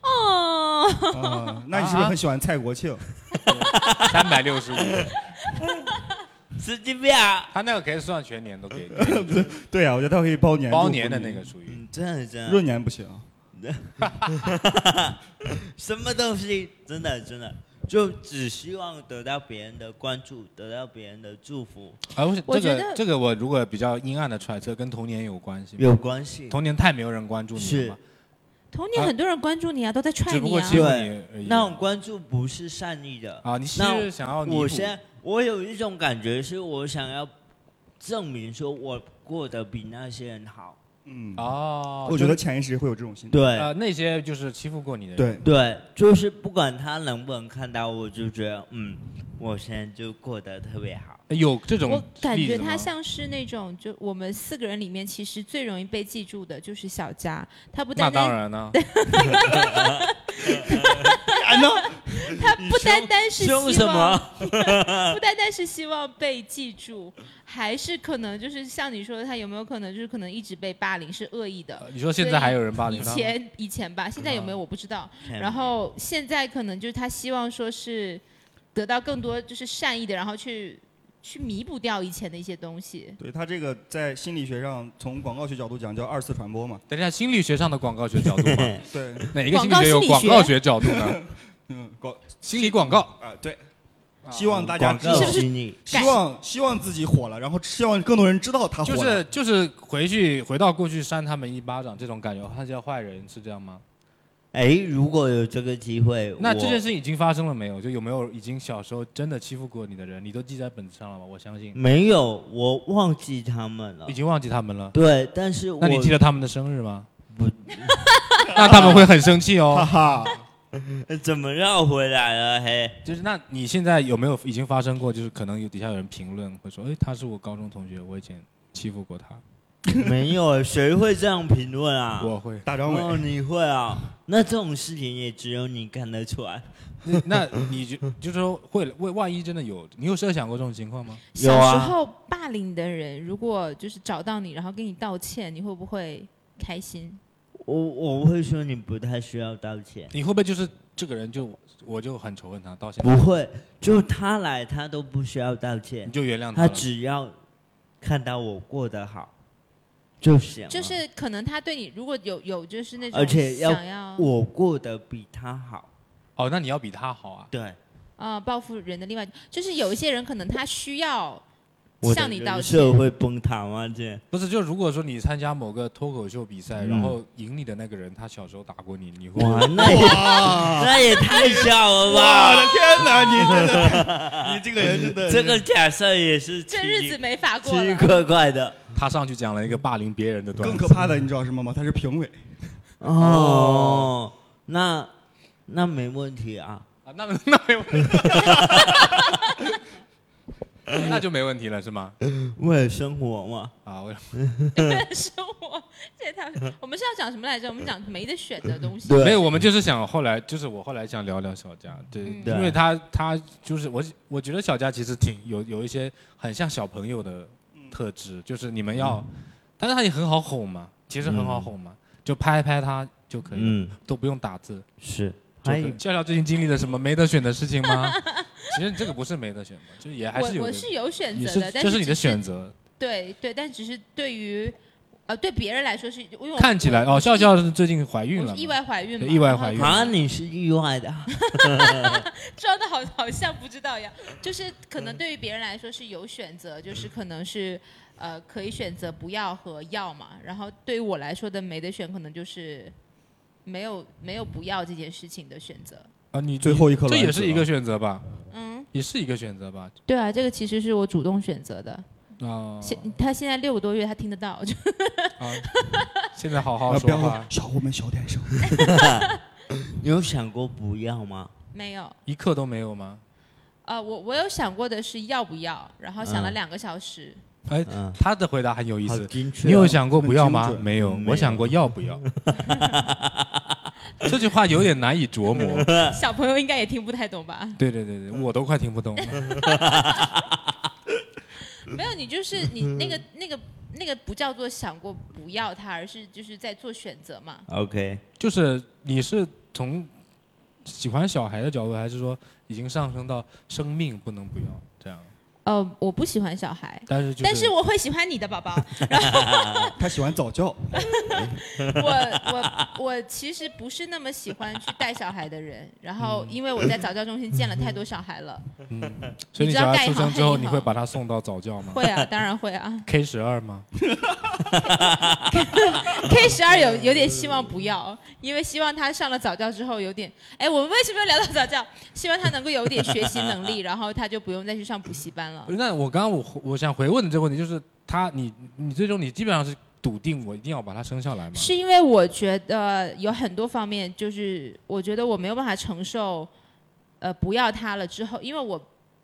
E: 哦，
D: 啊，那你是不是很喜欢蔡国庆？
B: 三百六十五，
C: 神经病啊！
B: 他那个可以算全年都可以，
D: 对啊，我觉得他可以包年
B: 包
D: 祝
B: 年
D: 福
B: 的
D: 你
B: 那个，属于。
C: 嗯，真的真的
D: 闰，年不行。
C: 什么东西？真的真的，就只希望得到别人的关注，得到别人的祝福，
B: 啊，我
E: 我
B: 这
E: 觉得
B: 个这个我如果比较阴暗的揣测，跟童年有关系吗。
C: 有关系。
B: 童年太没有人关注你
C: 是
B: 了嘛，
E: 童年很多人关注你啊，都在踹
B: 只不
E: 你
B: 过
E: 啊
B: 欺。负你
C: 对
B: 而已。
C: 那种关注不是善意的
B: 啊，你是
C: 那
B: 想要弥补
C: 我现在我有一种感觉，是我想要证明说我过得比那些人好。
D: 嗯，
B: 哦，
D: 我觉得潜意识会有这种心理。
C: 对、
B: 呃那些就是欺负过你的人。
D: 对，
C: 对，就是不管他能不能看到，我就觉得嗯，我现在就过得特别好。
B: 对，有这种
E: 我感
B: 例
E: 觉
B: 子吗
E: 他像是那种，就我们四个人里面，其实最容易被记住的就是小佳。他不
B: 那
E: 单
B: 当
E: 单
B: 然呢，
E: 他不单单是希
C: 凶
E: 望，
C: 什么
E: 不单单是希望被记住，还是可能就是像你说的，他有没有可能就是可能一直被霸凌是恶意的？
B: 呃你说现在还有人霸
E: 以
B: 凌他吗？嗯
E: 前以前吧，现在有没有我不知道。然后现在可能就是他希望说是得到更多就是善意的，然后去去弥补掉以前的一些东西。
D: 对他这个在心理学上，从广告学角度讲叫二次传播嘛。
B: 等一下，心理学上的广告学角度吗？
D: 对，
B: 哪一个心理学有广告学角度呢？
D: 嗯，广
B: 心理广告，
D: 啊对，希望大家
C: 广
D: 知
C: 告
D: 道
E: 是不，是
C: 心理
D: 希望希望自己火了，然后希望更多人知道他火
B: 就
D: 了
B: 是。就是回去回到过去扇他们一巴掌这种感觉，他叫坏人是这样吗？
C: 哎，如果有这个机会，
B: 那这件
C: 事
B: 事已经发生了没有？就有没有已经小时候真的欺负过你的人，你都记在本子上了吗？我相信
C: 没有，我忘记他们了
B: 已。经忘记他们了。
C: 对，但是我
B: 那你记得他们的生日吗？
C: 不，
B: 那他们会很生气
D: 哈
B: 哦。
D: 哈，
C: 呃怎么绕回来了？嘿，
B: 就是那你现在有没有已经发生过？就是可能有底下有人评论会说，哎，他是我高中同学，我以前欺负过他。
C: 没有，啊谁会这样评论啊？
B: 我会。
D: 大张伟，
C: 哦，你会啊？那这种事情也只有你看得出来。
B: 那 那你就就是说会为万一真的有，你有设想过这种情况吗？
E: 小
C: 有啊
E: 时候霸凌的人，如果就是找到你，然后跟你道歉，你会不会开心？
C: 我我会说你不太需要道歉，
B: 你会不会就是这个人就我就很仇恨他，到现在
C: 不会，就他来他都不需要道
B: 你
C: 歉，
B: 就原谅
C: 他
B: 了？
C: 只要看到我过得好就行了。
E: 就是可能他对你如果有有就是那种
C: 啊而且要
E: 想要
C: 我过得比他好，
B: 哦，那你要比他好啊。
C: 对，
E: 啊、报复人的另外，就是有一些人可能他需要
C: 我的
E: 向你道
C: 人
E: 歉，
C: 设会崩塌吗？这
B: 不是，就如果说你参加某个脱口秀比赛，
C: 嗯
B: 然后赢你的那个人，他小时候打过你，你会
C: 哇，那也 那也太小了吧！
D: 天哪，你真的，你这个人真的
C: 这个假设也是奇
E: 这日子没法过
C: 奇奇
E: 了。
C: 怪怪的
B: 他上去讲了一个霸凌别人的段
D: 更
B: 子，
D: 可怕的，你知道什么吗？他是评委。
C: 哦。那那没问题啊。
B: 啊，那 那没问题， 那就没问题了是吗？
C: 呃为了生活嘛，
B: 啊，我
E: 是我，这也太……我们是要讲什么来着？我们讲没得选的东西。
C: 对
B: 没有，我们就是想后来，就是我后来想聊聊小佳，对，
E: 嗯
C: 对
B: 因为他他就是我，我觉得小佳其实挺有有一些很像小朋友的特
E: 嗯
B: 质，就是你们要，但是他也很好哄嘛，其实很好哄嘛，就拍拍他就可以了，
C: 嗯，哎
B: 都不用打字。
C: 是，
B: 就
C: 还
B: 可以
C: 有
B: 聊聊最近经历了什么没得选的事情吗？其实这个不是没得选吧，就是也还是有
E: 我我
B: 的，
E: 是有选
B: 你
E: 择的，
B: 是
E: 但
B: 这是你
E: 只
B: 的选。择，
E: 对对，但只是对于呃对别人来说是，因为我
B: 看起来哦，笑笑是最近怀孕
E: 我
B: 了
E: 是
B: 嘛，
E: 意外怀孕嘛，
B: 对意外怀
E: 然后
B: 孕
C: 啊，你是意外的，
E: 装的好好像不知道一样，就是可能对于别人来说是有选择，就是可能是呃可以选择不要和要嘛。然后对于我来说的没得选，可能就是没有没有不要这件事情的选择。
B: 啊，你
D: 最后一颗
B: 这
D: 卵
B: 也
D: 子
B: 是一个选择吧，
E: 嗯，
B: 也是一个选择吧，
E: 对啊，这个其实是我主动选择的。
B: 啊
E: 现他现在六个多月，他听得到，就
B: 啊，现在好好
D: 啊，不
B: 说
D: 要
B: 话，
D: 小我们小点声。
C: 你有想过不要吗？
E: 没有。
B: 一刻都没有吗？
E: 呃，我我有想过的是要不要，然后想了两个小时。
B: 哎，
C: 嗯，
B: 他的回答很有意
C: 好
B: 思。
C: 精确哦。
B: 你有想过不要吗
D: 啊很？精准
B: 没有
C: 嗯，没有
B: 我想过要不 要。这句话有点难以琢磨。
E: 小朋友应该也听不太懂吧？
B: 对对对对，我都快听不懂了。
E: 没有，你
B: 嗯
E: 就是你那个那个那个不叫做想过不要他，而是就是在做选择嘛。
C: OK？
B: 就是你是从喜欢小孩的角度，还是说已经上升到生命不能不要这样？
E: 呃，我不喜欢小孩，
B: 但是就
E: 但是我会喜欢你的 宝宝。
D: 他喜欢早教，
E: 我我我其实不是那么喜欢去带小孩的人，然
B: 嗯
E: 后因为我在早教中心见了太多小孩了，
B: 所以
E: 你知
B: 小
E: 道
B: 孩
E: 盖
B: 出
E: 好
B: 生之后，
E: 黑
B: 你
E: 好
B: 会把他送到早教吗
E: 会啊，当然会 啊。
B: ？K 十二吗？
E: K 十二
B: 嗯
E: 有有点希望不要，因为希望他上了早教之后有点，哎，我们为什么要聊到早教？希望他能够有点学习能力，然后他就不用再去上补习班了
B: 不。是那我刚刚我我想回问的这个问题就是他，你你最终你基本上是笃定我一定要把它生下来吗？
E: 是因为我觉得呃有很多方面，就是我觉得我没有办法承受，呃，不要他了之后，因为我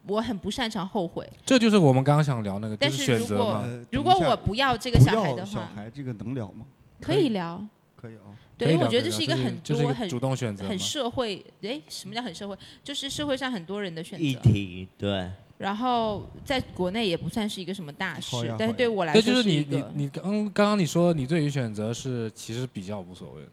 E: 我很不擅长后悔。
B: 这就是我们刚刚想聊那个，就
E: 但
B: 是
E: 是
B: 选
E: 如
B: 择
E: 果
B: 嘛。
D: 呃
E: 如果
D: 等一下
E: 我不要这个
D: 不
E: 小孩
D: 要
E: 的
D: 小
E: 话，
D: 孩这个能聊吗？
E: 可以聊。
D: 可以啊，
E: 对，因为我觉得
B: 这
E: 这是一个很
B: 就是一
E: 多
B: 个
E: 很
B: 主动选择嘛
E: 很。社会，哎，什么叫很社会？就是社会上很多人的选
C: 议
E: 择。
C: 题对，
D: 嗯
E: 然后在国内也不算是一个什么大
D: 好
E: 事
D: 呀，
E: 但是对我来
B: 对，就
E: 说
B: 是
E: 一
B: 你你
E: 个
B: 你刚刚刚你说你对于选择是其实比较无所谓的，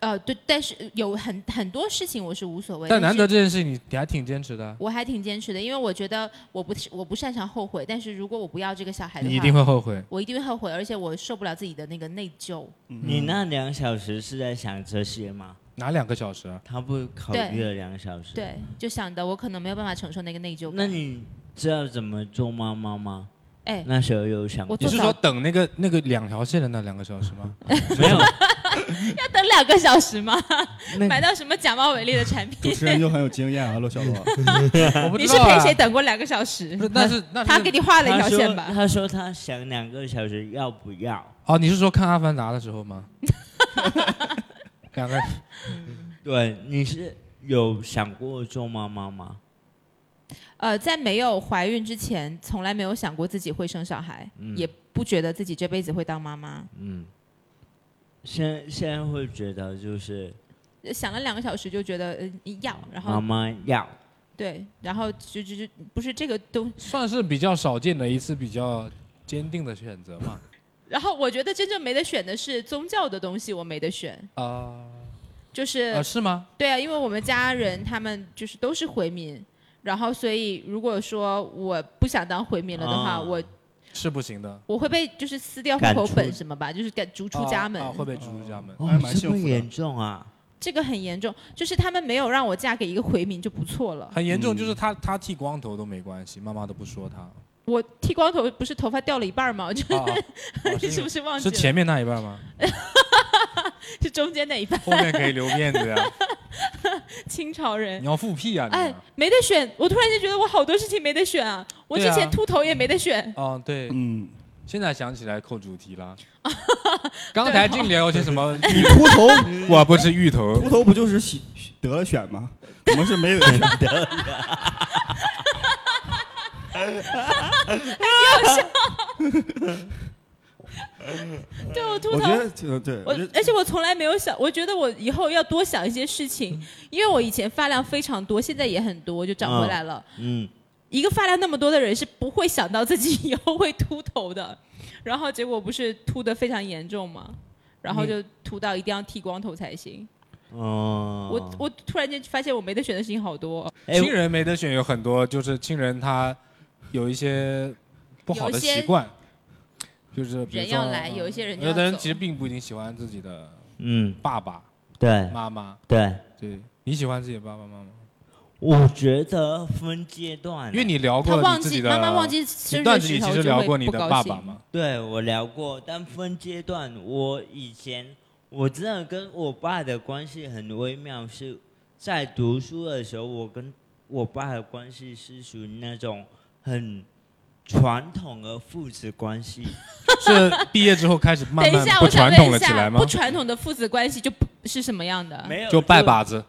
E: 呃对，但是有很很多事情我是无所谓，
B: 但难
E: 是
B: 得这件事情你你还挺坚持的啊，
E: 我还挺坚持的，因为我觉得我不我不擅长后悔，但是如果我不要这个小孩的话，
B: 你一定会后悔。
E: 我一定会后悔，而且我受不了自己的那个内疚。
C: 你那两小时是在想这些吗？
B: 哪两个小时啊？
C: 他不考虑了两小时。。
E: 对，就想的我可能没有办法承受那个内疚感。
C: 那你知道怎么做妈妈吗？
E: 哎，
C: 那时候有想过
E: 我
B: 你
E: 做
B: 是
E: 早
B: 说等那个那个两条线的那两个小时 吗？
C: 没有？
E: 要等两个小时吗？
C: 那
E: 买到什么假冒伪劣的产
D: 主
E: 品？
D: 持 人就很有经验啊，陆小罗。
B: 我不
E: 你
B: 知
E: 是
B: 道啊
E: 陪谁等过两个小时
B: 不？是，但是那
E: 他
B: 是
E: 给你画了一
C: 他
E: 条
C: 说
E: 线吧？
C: 他说他想两个小时要不要？
B: 哦，你是说看《阿凡达》的时候 吗？ 两个
C: 对，你是有想过做妈妈吗？
E: 呃，在没有怀孕之前，从来没有想过自己会生小孩，
B: 嗯
E: 也不觉得自己这辈子会当妈妈。
C: 现现在会觉得就是
E: 呃想了两个小时就觉得呃要，然后
C: 妈妈要，
E: 对，然后就就就不是这个东。
B: 算是比较少见的一次比较坚定的选择嘛。
E: 然后我觉得真正没得选的是宗教的东西，我没得选，
B: 啊、
E: 就是、
B: 啊，是吗？
E: 对啊，因为我们家人他们就是都是回民，然后所以如果说我不想当回民了的话，
C: 啊
E: 我
B: 是不行的，
E: 我会被就是撕掉户
C: 赶
E: 口
C: 出
E: 本什么吧，就是赶逐出家门。嗯
B: 啊啊会被逐出家门。
D: 哦还蛮
C: 这
D: 幸
C: 么
D: 福的
C: 严重啊！
E: 这个很严重，就是他们没有让我嫁给一个回民就不错了。
B: 很严重，就是他他剃光头都没关系，妈妈都不说 他。
E: 我剃光头不是头发掉了一半吗？我 就、
B: 啊哦
E: 你
B: 是
E: 是
B: 因
E: 不
B: 为
E: 是忘记
B: 是
E: 了？
B: 前面那一半吗？
E: 是中间那一半，
B: 后面可以留辫子呀、
E: 清朝人
B: 你。要复辟啊你
E: 哎
B: 啊！，
E: 没得选，我突然间觉得我好多事情没得选啊！我之
B: 对啊
E: 前秃头也没得选，
B: 哦，对，
D: 嗯，
B: 现在想起来扣主题 了。刚才净聊些什 么？
D: 你秃头，
B: 我不是芋头
E: 嗯
D: 秃头不就是喜得了选 吗？我们是没有选的。
B: 嗯
E: 对我秃
D: 我觉
E: 头。
D: 得就对，
E: 我
D: 我觉得
E: 而且我从来没有想，我觉得我以后要多想一些事情，
B: 嗯
E: 因为我以前发量非常多，现在也很多，就长回来了。
C: 嗯，
E: 一个发量那么多的人是不会想到自己以后会秃头的，然后结果不是秃的非常严重吗？然后就秃到一定要剃光头才行。
C: 哦，
E: 我我突然间发现我没得选的事情好多，
C: 哎
B: 亲人没得选，有很多就是亲人他有一些不好的
E: 有一些
B: 习惯，就是比如
E: 人
B: 说
E: 要来，
B: 嗯
E: 有一些人就
B: 有的
E: 要
B: 人
E: 走
B: 其实。并不一定喜欢自己的
C: 嗯，
B: 爸爸
C: 对
B: 妈妈。
C: 对，
B: 对，你喜欢自己的爸爸妈妈，
C: 我觉得分阶段，啊
B: 因为你聊
E: 嗯他
B: 过
E: 忘
B: 你自
E: 记
B: 己的
E: 妈妈忘记生
B: 你
E: 日
B: 段
E: 的
B: 子里
E: 时
B: 其
E: 候
B: 实
E: 就
B: 聊
E: 会
B: 过你
E: 不
B: 的
E: 高
B: 爸爸
E: 兴。
B: 嘛，
C: 对我聊过，但分阶段，我以前我真的跟我爸的关系很微妙，是在读书的时候，我跟我爸的关系是属于那种很传统而父子 关系，
B: 是毕业之后开始慢
E: 等一
B: 慢
E: 下，
F: 不
E: 我想
F: 传统
E: 问一
F: 了起
E: 下，
F: 来吗
E: 不传统的父子关系就不是什么样的？
C: 没有
B: 就拜，把子，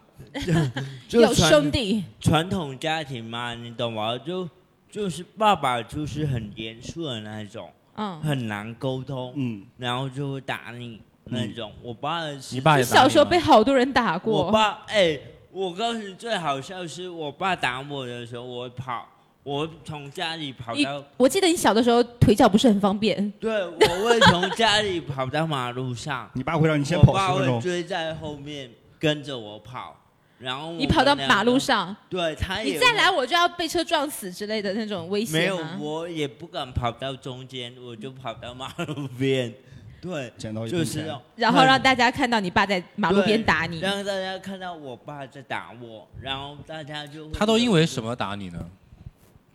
C: 就
E: 有
C: 传
E: 兄弟，
C: 传统家庭嘛，你懂吗？就就是爸爸就是很严肃的那一种，
E: 嗯，
C: 很难沟通，
D: 嗯，，
C: 然后就会打你那种。我爸的
B: 嗯
C: 是
B: 你爸也
E: 你
B: 打你
E: 小时候
B: 吗
E: 被好多人打
C: 我
E: 过，
C: 爸哎、我告诉你最好笑是我爸打我的时候，我跑，我从家里跑
E: 你
C: 到，
E: 我记得你小的时候腿脚不是很方便，
C: 对我会从家里跑到马路上
D: 你爸会让你先
C: 我
D: 跑
C: 爸
D: 十分
C: 会
D: 钟，
C: 追在后面跟着我跑，然后我
E: 你跑到
C: 们两个
E: 马路，上，
C: 对他也
E: 你再来我就要被车撞死之类的那种啊威胁
C: 没有
E: 吗，
C: 我也不敢跑到中间，我就跑到马路 边，对，
D: 捡到一
C: 就
D: 分
C: 是
D: 钱
C: 那种
E: 然后让大家看到你爸在马路边打你，
C: 让大家看到我爸在打我，然后大家就会
B: 他都因为什么打你呢？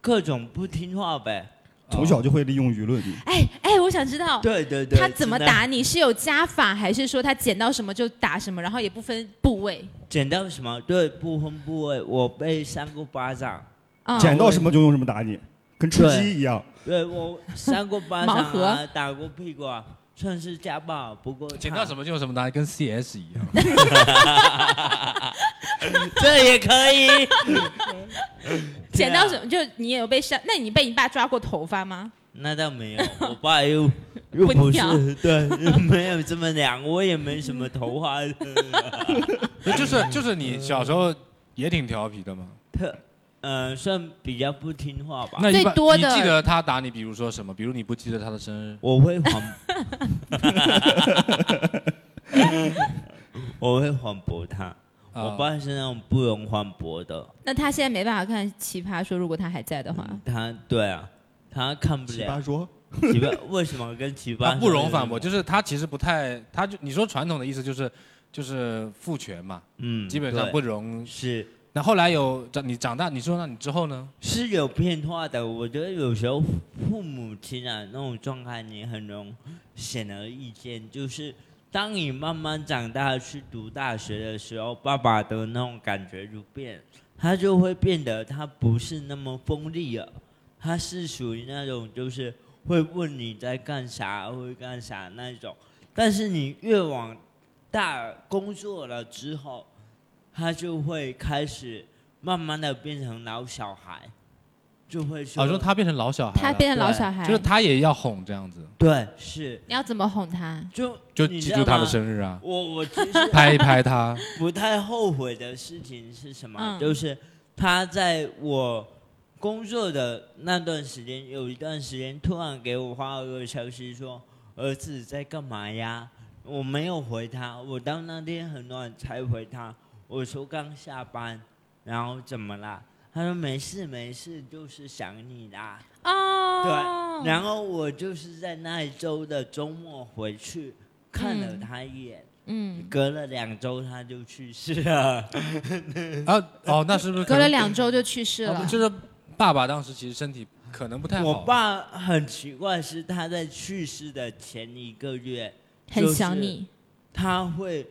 C: 各种不听话呗。
D: 从小就会利用舆论。
E: 哎哎，我想知道。
C: 对对对，
E: 他怎么
C: 真的
E: 打你？是有加法，还是说他捡到什么就打什么，然后也不分部位？
C: 捡到什么？对，不分部位，我被扇过巴掌，
E: 啊、
D: 捡到什么就用什么打你，跟吃
C: 对
D: 鸡一样。
C: 对我扇过巴
E: 盲
C: 掌啊
E: 盒，
C: 打过屁股啊，算是家暴。不过
B: 捡到什
C: 么？
B: 么就有什么打，跟 CS 一 样。
C: 这也可以。
E: 捡到
C: 对啊
E: 什么就你也有被扇？那你被你爸抓过头发吗？
C: 那倒没 有，我爸又又不
E: 不
C: 是 对，没有这么凉，我也没什么头发的。
B: 所以就是就是你小时候也挺调皮的嘛。
C: 特呃，算比较不听话吧。
B: 那一般
E: 最多的
B: 你记得他打你，比如说什么？比如你不记得他的生日，
C: 我会 还， 我会反驳他。
B: 啊
C: 我爸是那种不容反驳的，
E: 那他现在没办法看《奇葩说》，如果他还在的话，
C: 他对啊，他看不
D: 奇葩
C: 了。
D: 说，
C: 奇葩为什么跟奇葩
B: 他不容反驳，
C: 就
B: 就是他其实不太，他就你说传统的意思就是就是父权嘛，
C: 嗯，
B: 基本上
C: 对
B: 不容。
C: 是
B: 那后来有长你长大，你说那你之后呢？
C: 是有变化的。我觉得有时候父母亲啊那种状态，你很容显而易见。就是当你慢慢长大去读大学的时候，爸爸的那种感觉就变，他就会变得他不是那么锋利了，他是属于那种就是会问你在干啥，会干啥那种。但是你越往大工作了之后，他就会开始慢慢的变成老小孩，就会说，
B: 啊，说他变成老小孩
E: 他
B: 了，
E: 变成老小孩，
B: 就是他也要哄这样子，
C: 对是
E: 你要怎么哄他？
C: 就
B: 就
C: 你
B: 记
C: 知
B: 住
C: 道
B: 他的
C: 吗
B: 生日啊，
C: 我我其实
B: 拍一拍 他。
C: 不太后悔的事情是什么？
E: 嗯
C: 就是他在我工作的那段时间，有一段时间突然给我发了个消息说：“儿子在干嘛呀？”我没有回他，我到那天很晚才回他。我说刚下班，然后怎么啦？他说没事没事，就是想你啦。
E: 哦，
C: 然后我就是在那一周的周末回去看了
E: 嗯
C: 他一眼，
E: 嗯，
C: 隔了两周他就去世了。
B: 啊哦，那是不是可
E: 隔
B: 能
E: 了两周就去世
B: 啊
E: 了
C: 哦
B: 不。就是爸爸当时其实身体可能不太好，
C: 我爸很奇怪，是他在去世的前一个月，
E: 很想你，
C: 他会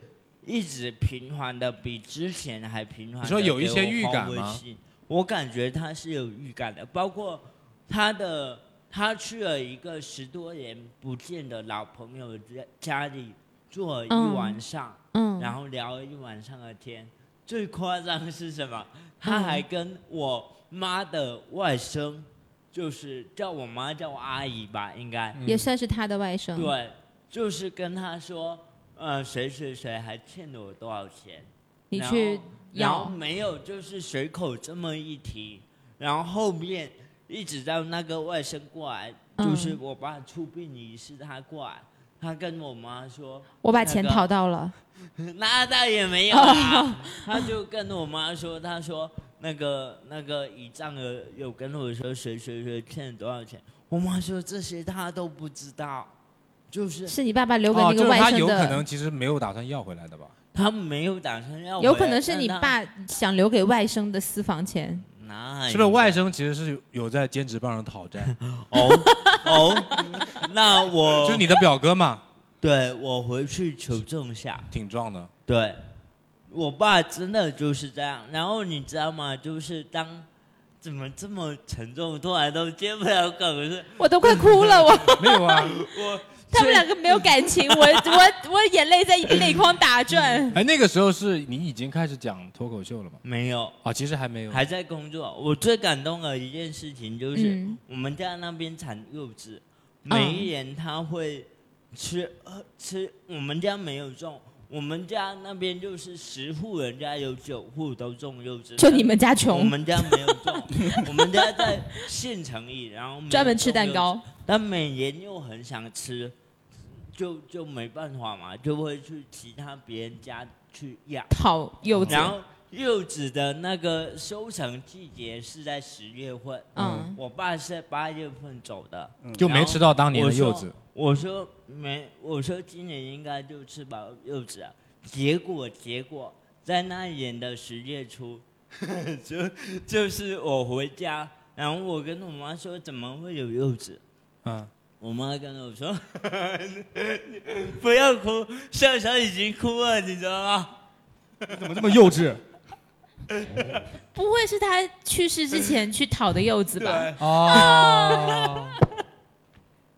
C: 一直频繁的比之前还频繁。
B: 你说有一些预感吗？
C: 我感觉他是有预感的，包括他的他去了一个十多年不见的老朋友家家里坐了一晚上，
E: 嗯，
C: 然后聊了一晚上的天。最夸张的是什么？
E: 嗯
C: 他还跟我妈的外甥，就是叫我妈叫我阿姨吧，应该、
E: 也算是他的外甥。，
C: 嗯对，就是跟他说，呃，谁谁谁还欠了我多少钱，
E: 你
C: 然
E: 去
C: 后然后
E: 要，
C: 没有，就是随口这么一提，然后后面一直到那个外甥过来，就是
E: 嗯
C: 我爸出殡仪式，他过来，他跟我妈说，
E: 我把钱讨到了。
C: 那倒也没有 啦，他就跟我妈说，他说那个那个姨丈儿有跟我说谁谁谁欠多少钱，我妈说这些她都不知道，就是
E: 是你爸爸留给
B: 哦，
E: 那
B: 就
E: 个
B: 是
E: 外
B: 他
E: 甥
B: 有可
E: 的，
B: 能其实没有打算要回来的吧？
C: 他没有打算要回来，
E: 有可能是你
C: 但她
E: 爸想留给外甥的私房钱。
C: 那
B: 是不是外甥其实是有在兼职帮人讨债？
C: 哦哦，那我
B: 就是你的表哥嘛，
C: 对我回去求证一下。
B: 挺壮的。
C: 对，我爸真的就是这样。然后你知道吗？就是当怎么这么沉重，突然都接不了梗，是
E: 我都快哭
C: 嗯
E: 了，我
B: 没有啊，
C: 我
E: 他们两个没有感情， 我我我眼泪在泪眶打
C: 嗯
E: 转。
B: 哎，那个时候是你已经开始讲脱口秀了吗？
C: 没有。
B: 啊，其实还没有。
C: 还在工作。我最感动的一件事情就是
E: 嗯，
C: 我们家那边产柚子，
E: 嗯
C: 每一年他会吃呃吃，我们家没有种，我们家那边就是十户人家有九户都种柚子，
E: 就你们家
C: 我
E: 穷，
C: 们家没有种， 我们家在县城里，然后没有
E: 专门吃蛋
C: 种柚
E: 糕
C: 子，。但每年又很想吃，就就没办法嘛，就会去其他别人家去要。
E: 讨柚子。
C: 然后柚子的那个收成季节是在十月份，
E: 嗯
C: 我爸是在八月份走的，
B: 就没吃到当年
C: 我
B: 的柚
C: 说
B: 子。。
C: 我说没，我说今年应该就吃饱柚子啊。结果结果在那一年的十月初， 就就是我回家，然后我跟我妈说怎么会有柚子，
B: 嗯，
C: 我妈跟我说 不要哭，笑笑已经哭了，你知道吗？
D: 怎么这么幼稚？
E: 不会是他去世之前去讨的柚子吧？
B: 嗯 哦，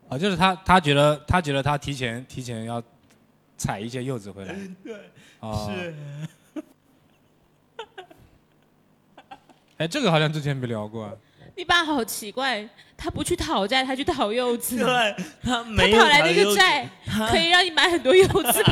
B: 啊，就是他，他觉得，他觉得他提前提前要采一些柚子回来。对，哦、
C: 是。
B: 哎，这个好像之前没聊过啊。
E: 你爸好奇怪，他不去讨债，他去讨柚 子。
C: 对他
E: 他
C: 没有
E: 讨嗯来的
C: 的
E: 一个债，可以让你买很多柚子。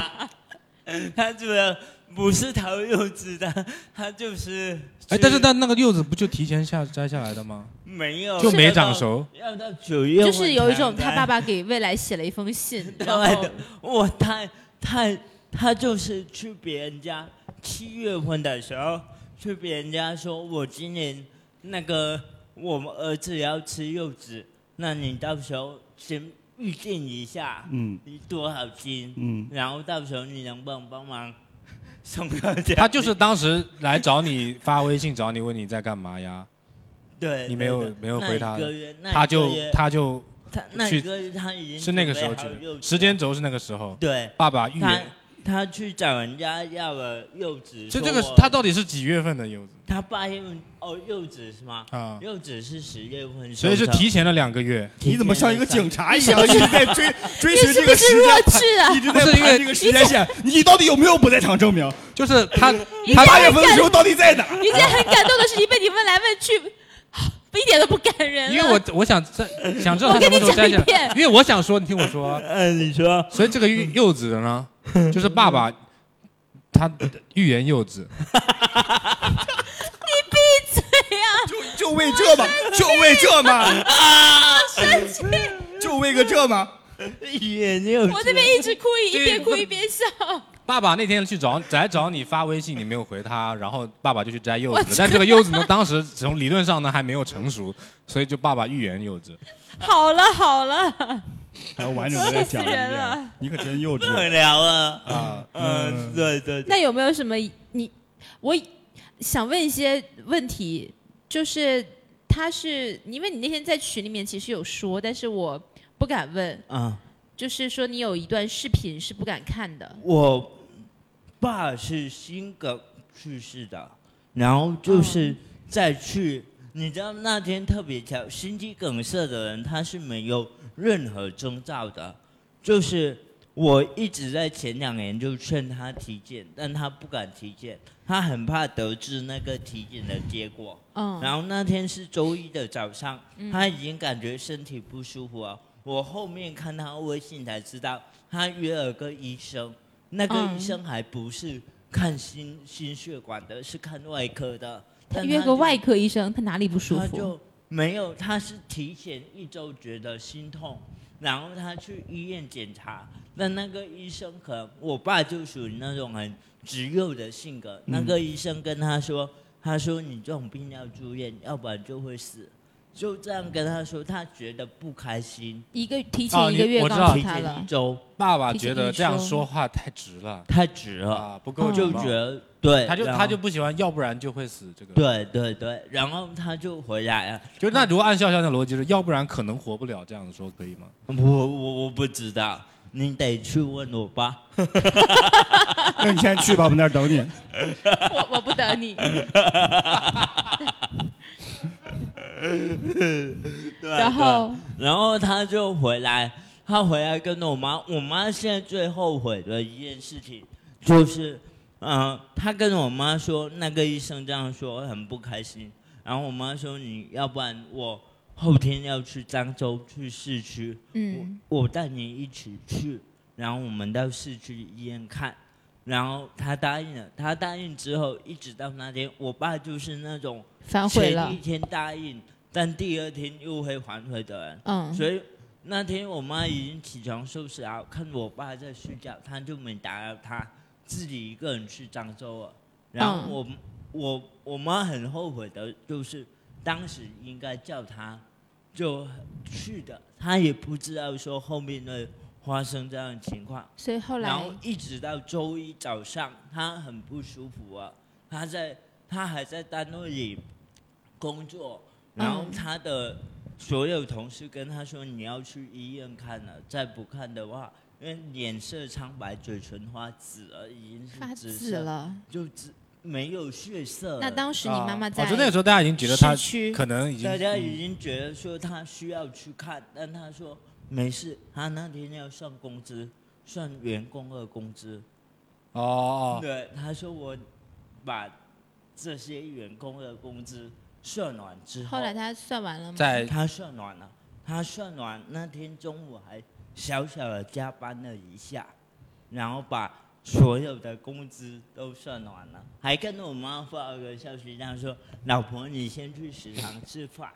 C: 他主要不是桃柚子的，他就是
B: 哎，但是他那个柚子不就提前下摘下来的吗？
C: 没有
B: 就没长熟，
C: 要到九月份
E: 就是有一种
C: 才
E: 他爸爸给未来写了一封信，
C: 对
E: 然后
C: 我他他他就是去别人家七月份的时候去别人家说，我今年那个我们儿子要吃柚子，那你到时候先预定一下，
D: 嗯
C: 你多少斤，
D: 嗯，
C: 然后到时候你能不能帮忙送到家里？
B: 他就是当时来找你发微信找你问你在干嘛呀，
C: 对，
B: 你没有
C: 对的
B: 没有回他
C: 那一个月，那
B: 他
C: 一个
B: 就
C: 月
B: 他就
C: 他那
B: 去
C: 一个月他已经
B: 是那个时候去
C: 准备好柚
B: 的，
C: 子
B: 时间轴是那个时候。
C: 对
B: 爸爸预
C: 他
B: 言，
C: 他去找人家要了柚子，
B: 就
C: 说
B: 这个
C: 我
B: 他到底是几月份的柚子
C: 他八月份哦柚子是吗？
B: 啊？
C: 柚子是十月份收
B: 所
C: 成，
B: 以是提前了两个月。
D: 你怎么像一个警察一样，
E: 你
D: 一
E: 是
D: 直在 追追
E: 你
D: 随
E: 是
D: 这
E: 不
D: 个
E: 是
D: 时
E: 弱
D: 间
E: 智啊
D: 一？直
B: 不
D: 在
B: 是因为
D: 盘这个时间 线？你到底有没有不在场证明？
B: 就是他
D: 他
B: 他
D: 八月份的时候到底在哪？
E: 一件很感动的事情被你问来问去， 一点都不感人 了。
B: 因为 我我想在想知道
E: 我
B: 他
E: 跟
B: 什
E: 你
B: 么时候摘下
E: 讲一遍
B: 来，因为我想说，你听我说，啊
C: 呃，你说
B: 所以这个柚柚子的呢，就是爸爸他预言柚子，
D: 就就为这吗？就为这吗？
E: 啊生气，
D: 就为个这 吗？
C: 也没有，
E: 我这边一直哭，一边哭一边笑。
B: 爸爸那天去找来找你发微信，你没有回他，然后爸爸就去摘柚
E: 我
B: 子
E: 知道
B: 了，但这个柚子呢， 当时从理论上呢还没有成熟，所以就爸爸预言柚子。
E: 好了好了，
D: 还要完整的再讲一
E: 气死人了
D: 遍，你可真幼
C: 不能
D: 稚。
C: 聊了啊，嗯，对对，对
E: 那有没有什么你我想问一些问题？就是他是因为你那天在群里面其实有说，但是我不敢问，
C: 啊，
E: 就是说你有一段视频是不敢看的。
C: 我爸是心梗去世的，然后就是再去，你知道那天特别巧，心肌梗塞的人他是没有任何征兆的，就是我一直在前两年就劝他体检，但他不敢体检，他很怕得知那个体检的结果。
E: 嗯，
C: 然后那天是周一的早上，他已经感觉身体不舒服了。我后面看他微信才知道，他约了个医生，那个
E: 嗯
C: 医生还不是看心心血管的，是看外科的。
E: 他
C: 但
E: 约个
C: 就
E: 外科医生，他哪里不舒
C: 他
E: 服？
C: 就没有，他是提前一周觉得心痛，然后他去医院检查，但那个医生可能我爸就属于那种很执拗的性格，
E: 嗯
C: 那个医生跟他说，他说你这种病要住院，要不然就会死，就这样跟他说，他觉得不开心，
E: 一个提前一个月
B: 哦你我
E: 告
B: 知道
E: 诉
C: 提
E: 他
C: 前
E: 了
C: 一，周
B: 爸爸觉得这样说话太直了
C: 太直了，
B: 啊，不够
C: 就
B: 礼貌
C: 觉得对，
B: 他就
C: 然后
B: 他就不喜欢，要不然就会死这个。，
C: 嗯对对对，然后他就回来了。
B: 就是那如果按笑笑的逻辑是，要不然可能活不了，这样说可以吗？
C: 我我我不知道，你得去问我爸。
D: 那你先去吧，我们那儿等你。
E: 我我不等你。
C: 对啊
E: 然
C: 对啊
E: 后
C: 然后他就回来，他回来跟着我妈。我妈现在最后悔的一件事情就是，嗯、他跟我妈说那个医生这样说很不开心。然后我妈说你要不然我后天要去漳州去市区，
E: 嗯，
C: 我我带你一起去，然后我们到市区医院看。然后他答应了，他答应之后一直到那天，我爸就是那种
E: 反悔
C: 前
E: 了
C: 一，天答应，但第二天又会反悔的人。
E: 嗯，
C: 所以那天我妈已经起床收拾好，看我爸在睡觉，她就没打扰他，自己一个人去漳州了。然后
E: 嗯
C: 我、我我妈很后悔的就是，当时应该叫她就去的，她也不知道说后面会发生这样的情况。
E: 所以后来
C: 然后一直到周一早上，他很不舒服啊，他在他还在单位里工作，然后
E: 嗯
C: 他的所有同事跟他说你要去医院看了，再不看的话，因为脸色苍白，嘴唇发紫了，已经是
E: 发
C: 紫
E: 紫
C: 色，
E: 了。
C: 就紫没有血色了。
E: 那当时你妈
C: 啊
E: 妈在
B: 我
C: 哦
B: 觉得那个时候大家已经觉得他
E: 市区
B: 可能已经嗯
C: 大家已经觉得说他需要去看，但他说没事，他那天要算工资，算员工的工资。
B: 哦哦，哦
C: 对，他说我把这些员工的工资算完之后，
E: 后来他算完了吗？
B: 在
C: 他算完了，他算完那天中午还小小的加班了一下，然后把所有的工资都算完了，还跟我妈发了个消息，这样说：“老婆，你先去食堂吃饭，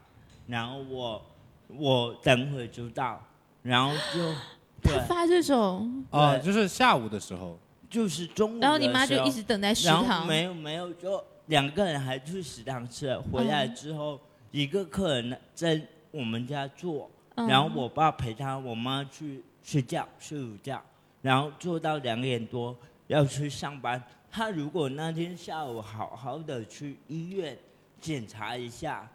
C: 然后我我等会就到。”然后就对
E: 他，发这种，
B: 哦，
C: 对
B: 就是下午的时候，
C: 就是中午的时候。
E: 然后你妈就一直等在食
C: 然后
E: 堂，
C: 没有没有，就两个人还去食堂吃了。回来之后，一个客人在我们家做，
E: 嗯
C: 然后我爸陪他，我妈去睡觉睡午觉，然后做到两点多要去上班。他如果那天下午好好的去医院检查一下，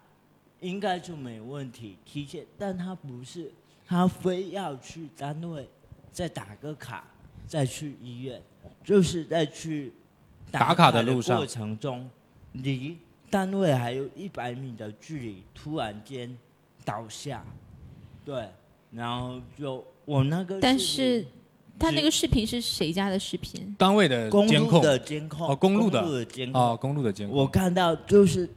C: 应该就没问题体检，但他不是，他非要去单位再打个卡，再去医院，就是在去
B: 打卡的路上
C: 过程中，离单位还有一百米的距离，突然间倒下，对，然后就我那个
E: 但
C: 视
E: 是他那个视频是谁家的视频？
B: 单位的
C: 频公
B: 监
C: 路
B: 控
C: 的监控
B: 哦公路的
C: 的监控，
B: 哦，公路的监
C: 我
B: 控，
C: 看到就是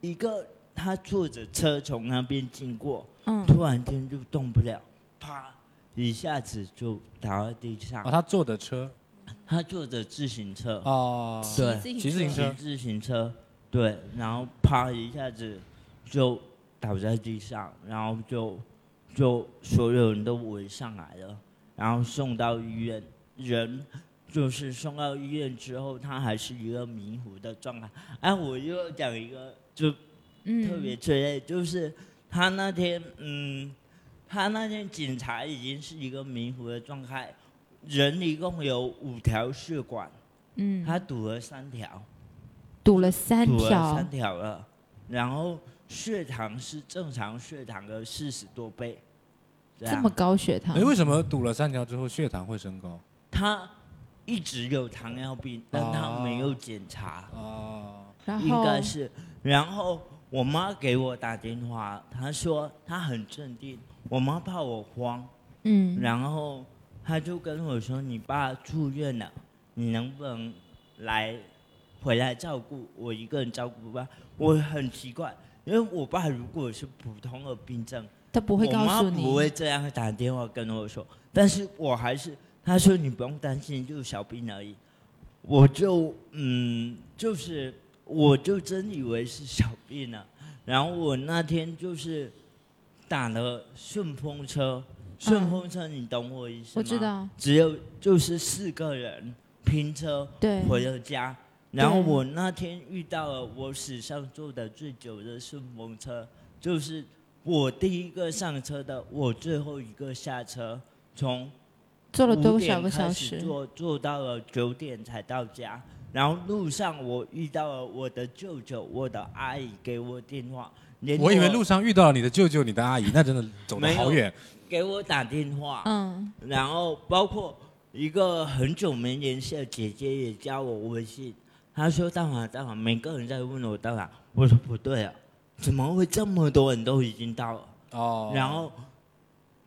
C: 一个他坐着车从那边经过，
E: 嗯，
C: 突然间就动不了，啪一下子就倒在地上
B: 哦，。他坐的车，
C: 他坐着自行车，
B: 哦，
E: 骑
C: 对
E: 自
B: 骑自行
E: 行车
B: 车
C: 骑自行车，对，然后啪一下子就倒在地上，然后就就所有人都围上来了，然后送到医院，人就是送到医院之后，他还是一个迷糊的状态。哎，我又要讲一个就
E: 嗯，
C: 特别催泪，就是他那天，嗯，他那天警察已经是一个迷糊的状态，人一共有五条血管，
E: 嗯，
C: 他堵了三条，
E: 堵了三
C: 堵了
E: 条
C: 三，条了，然后血糖是正常血糖的四十多倍，这
E: 这
C: 样
E: 么高血糖
B: 哎，，为什么堵了三条之后血糖会升高？
C: 他一直有糖尿病，但他
B: 哦
C: 没有检查。
B: 哦，
E: 然
C: 应
E: 后
C: 该是。然后我妈给我打电话，她说她很镇定，我妈怕我慌，
E: 嗯，
C: 然后她就跟我说：“你爸住院了，你能不能来回来照顾我一个人照顾吧？”我很奇怪，因为我爸如果是普通的病症，
E: 他不会
C: 我
E: 告
C: 妈
E: 诉你，
C: 不会这样打电话跟我说，但是我还是她说你不用担心，就是小病而已。我就嗯，就是我就真以为是小病了。然后我那天就是打了顺风车，顺风车你懂我意思吗？
E: 我知，道，
C: 只有就是四个人拼车
E: 对，
C: 回了家。然后
E: 对
C: 我那天遇到了我史上坐的最久的顺风车，就是我第一个上车的，我最后一个下车，从
E: 坐了
C: 五
E: 多
C: 点
E: 少个小
C: 开始
E: 时？
C: 坐坐到了九点才到家。然后路上我遇到了我的舅舅，我的阿姨给我电话，连
B: 我以为路上遇到了你的舅舅、你的阿姨，那真的走得好远。
C: 给我打电话，
E: 嗯，
C: 然后包括一个很久没联系的姐姐也加我微信，她说到哪到哪，每个人在问我到哪，我说不对啊，怎么会这么多人都已经到了？
B: 哦，
C: 然后，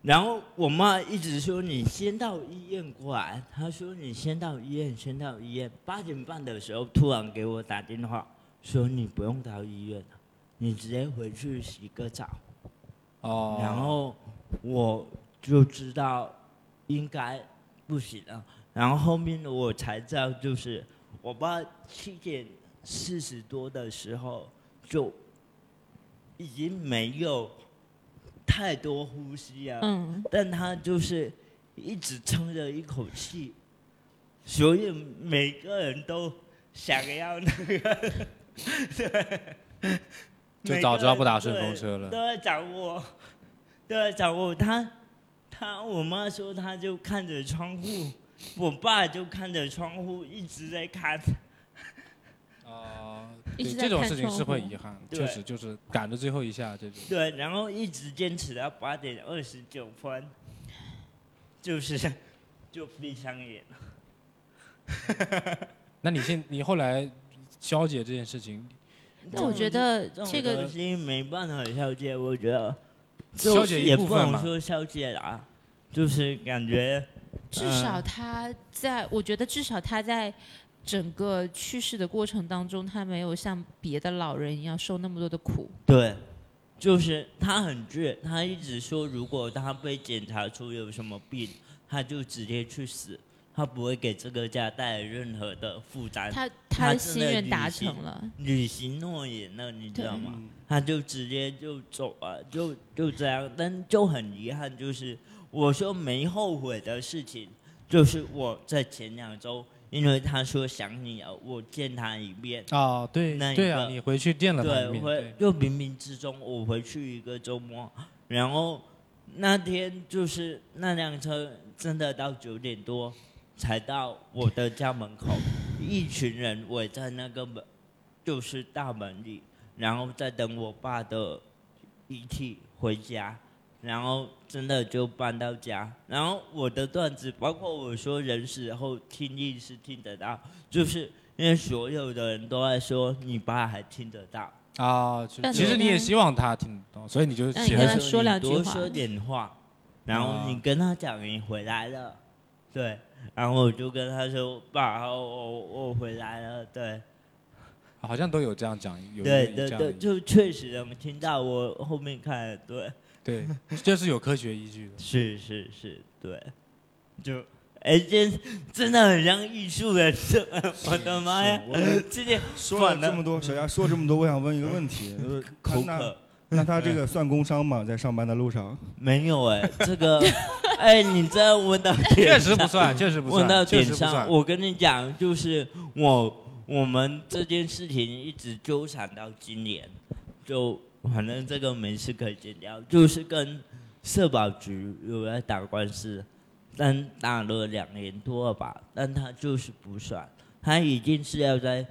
C: 然后我妈一直说你先到医院过来，她说你先到医院，先到医院。八点半的时候突然给我打电话，说你不用到医院了，你直接回去洗个澡。
B: 哦，
C: 然后我就知道应该不行了。然后后面我才知道，就是我爸七点四十多的时候就已经没有太多呼吸啊，
E: 嗯，
C: 但他就是一直撑着一口气，所以每个人都想要那个，对，
B: 就早知道不打顺
C: 每个
B: 风
C: 人
B: 车了
C: 都在找我，都在找我。他他我妈说，他就看着窗户，我爸就看着窗户一直在看。
B: 哦，
E: 一
B: 对
E: 直在
B: 这种
E: 看
B: 事情是
E: 窗户
B: 会遗憾，
C: 对
B: 确实就是赶着最后一下这种。
C: 对，然后一直坚持到八点二十九分，就是就闭上眼了。
B: 那你现你后来消解这件事情，
E: 但我觉得
C: 这种
E: 这个
C: 东西没办法消解，我觉得
B: 消解一
C: 也
B: 部
C: 不
B: 分
C: 能
B: 嘛，
C: 说消解啦，就是感觉
E: 至
B: 嗯
E: 少他在，我觉得至少他在整个去世的过程当中，他没有像别的老人一样受那么多的苦。
C: 对，就是他很倔，他一直说如果他被检查出有什么病，他就直接去死，他不会给这个家带来任何的负
B: 哎
C: 担。
E: 他
C: 他
E: 他的
C: 真
E: 心
C: 的
E: 愿
C: 旅
E: 达
C: 行
E: 成了，
C: 履行诺言了，你知道吗？
D: 嗯
C: 他就直接就走了，就就这样。但就很遗憾，就是我说没后悔的事情，就是我在前两周，因为他说想你了，我见他一面。
B: 啊，对
C: 那一
B: 对啊，
C: 个
B: 你回去见了他一
C: 对，
B: 面，
C: 回
B: 对
C: 就冥冥之中，我回去一个周末，然后那天就是那辆车真的到九点多才到我的家门口，一群人围在那个门，就是大门里，然后在等我爸的遗体回家。然后真的就搬到家，然后我的段子，包括我说人死后听力是听得到，就是因为所有的人都在说你爸还听得到，
B: 啊，就
E: 但
B: 其实
E: 你
B: 你也
E: 看
B: 希望他听得懂，所以你就
E: 但你
B: 写
E: 跟
D: 啊
B: 了
E: 他
C: 他
B: 首
E: 说两句话
C: 多说点话，然后你跟他讲你回来了，对，然后我就跟他说爸，我我我回来了，对，
B: 好像都有这样讲，有
C: 对
B: 有
C: 对
B: 这样的
C: 对，就确实能听到我后面看了，对，
B: 对，这是有科学依据的。
C: 是是是，对，就。哎，真真的 很像艺术人生，我的妈呀
D: 是！我们
C: 今天
D: 说了这么嗯多，小佳说了这么多，我想问一个问题，就是他
C: 口
D: 那
C: 渴，
D: 那他这个算工伤吗？在上班的路上，
C: 没有哎、这个， 哎、你这问到点
B: 确实
C: 上
B: 不算，确实不
C: 问
B: 算，
C: 到
B: 确
C: 点
B: 实不
C: 上，
B: 算。
C: 我跟你讲，就是我我们这件事情一直纠缠到今年，就反正这个没事可以剪掉，就是跟社保局有在打官司，但打了两年多了吧，但他就是不算，他一定是要在，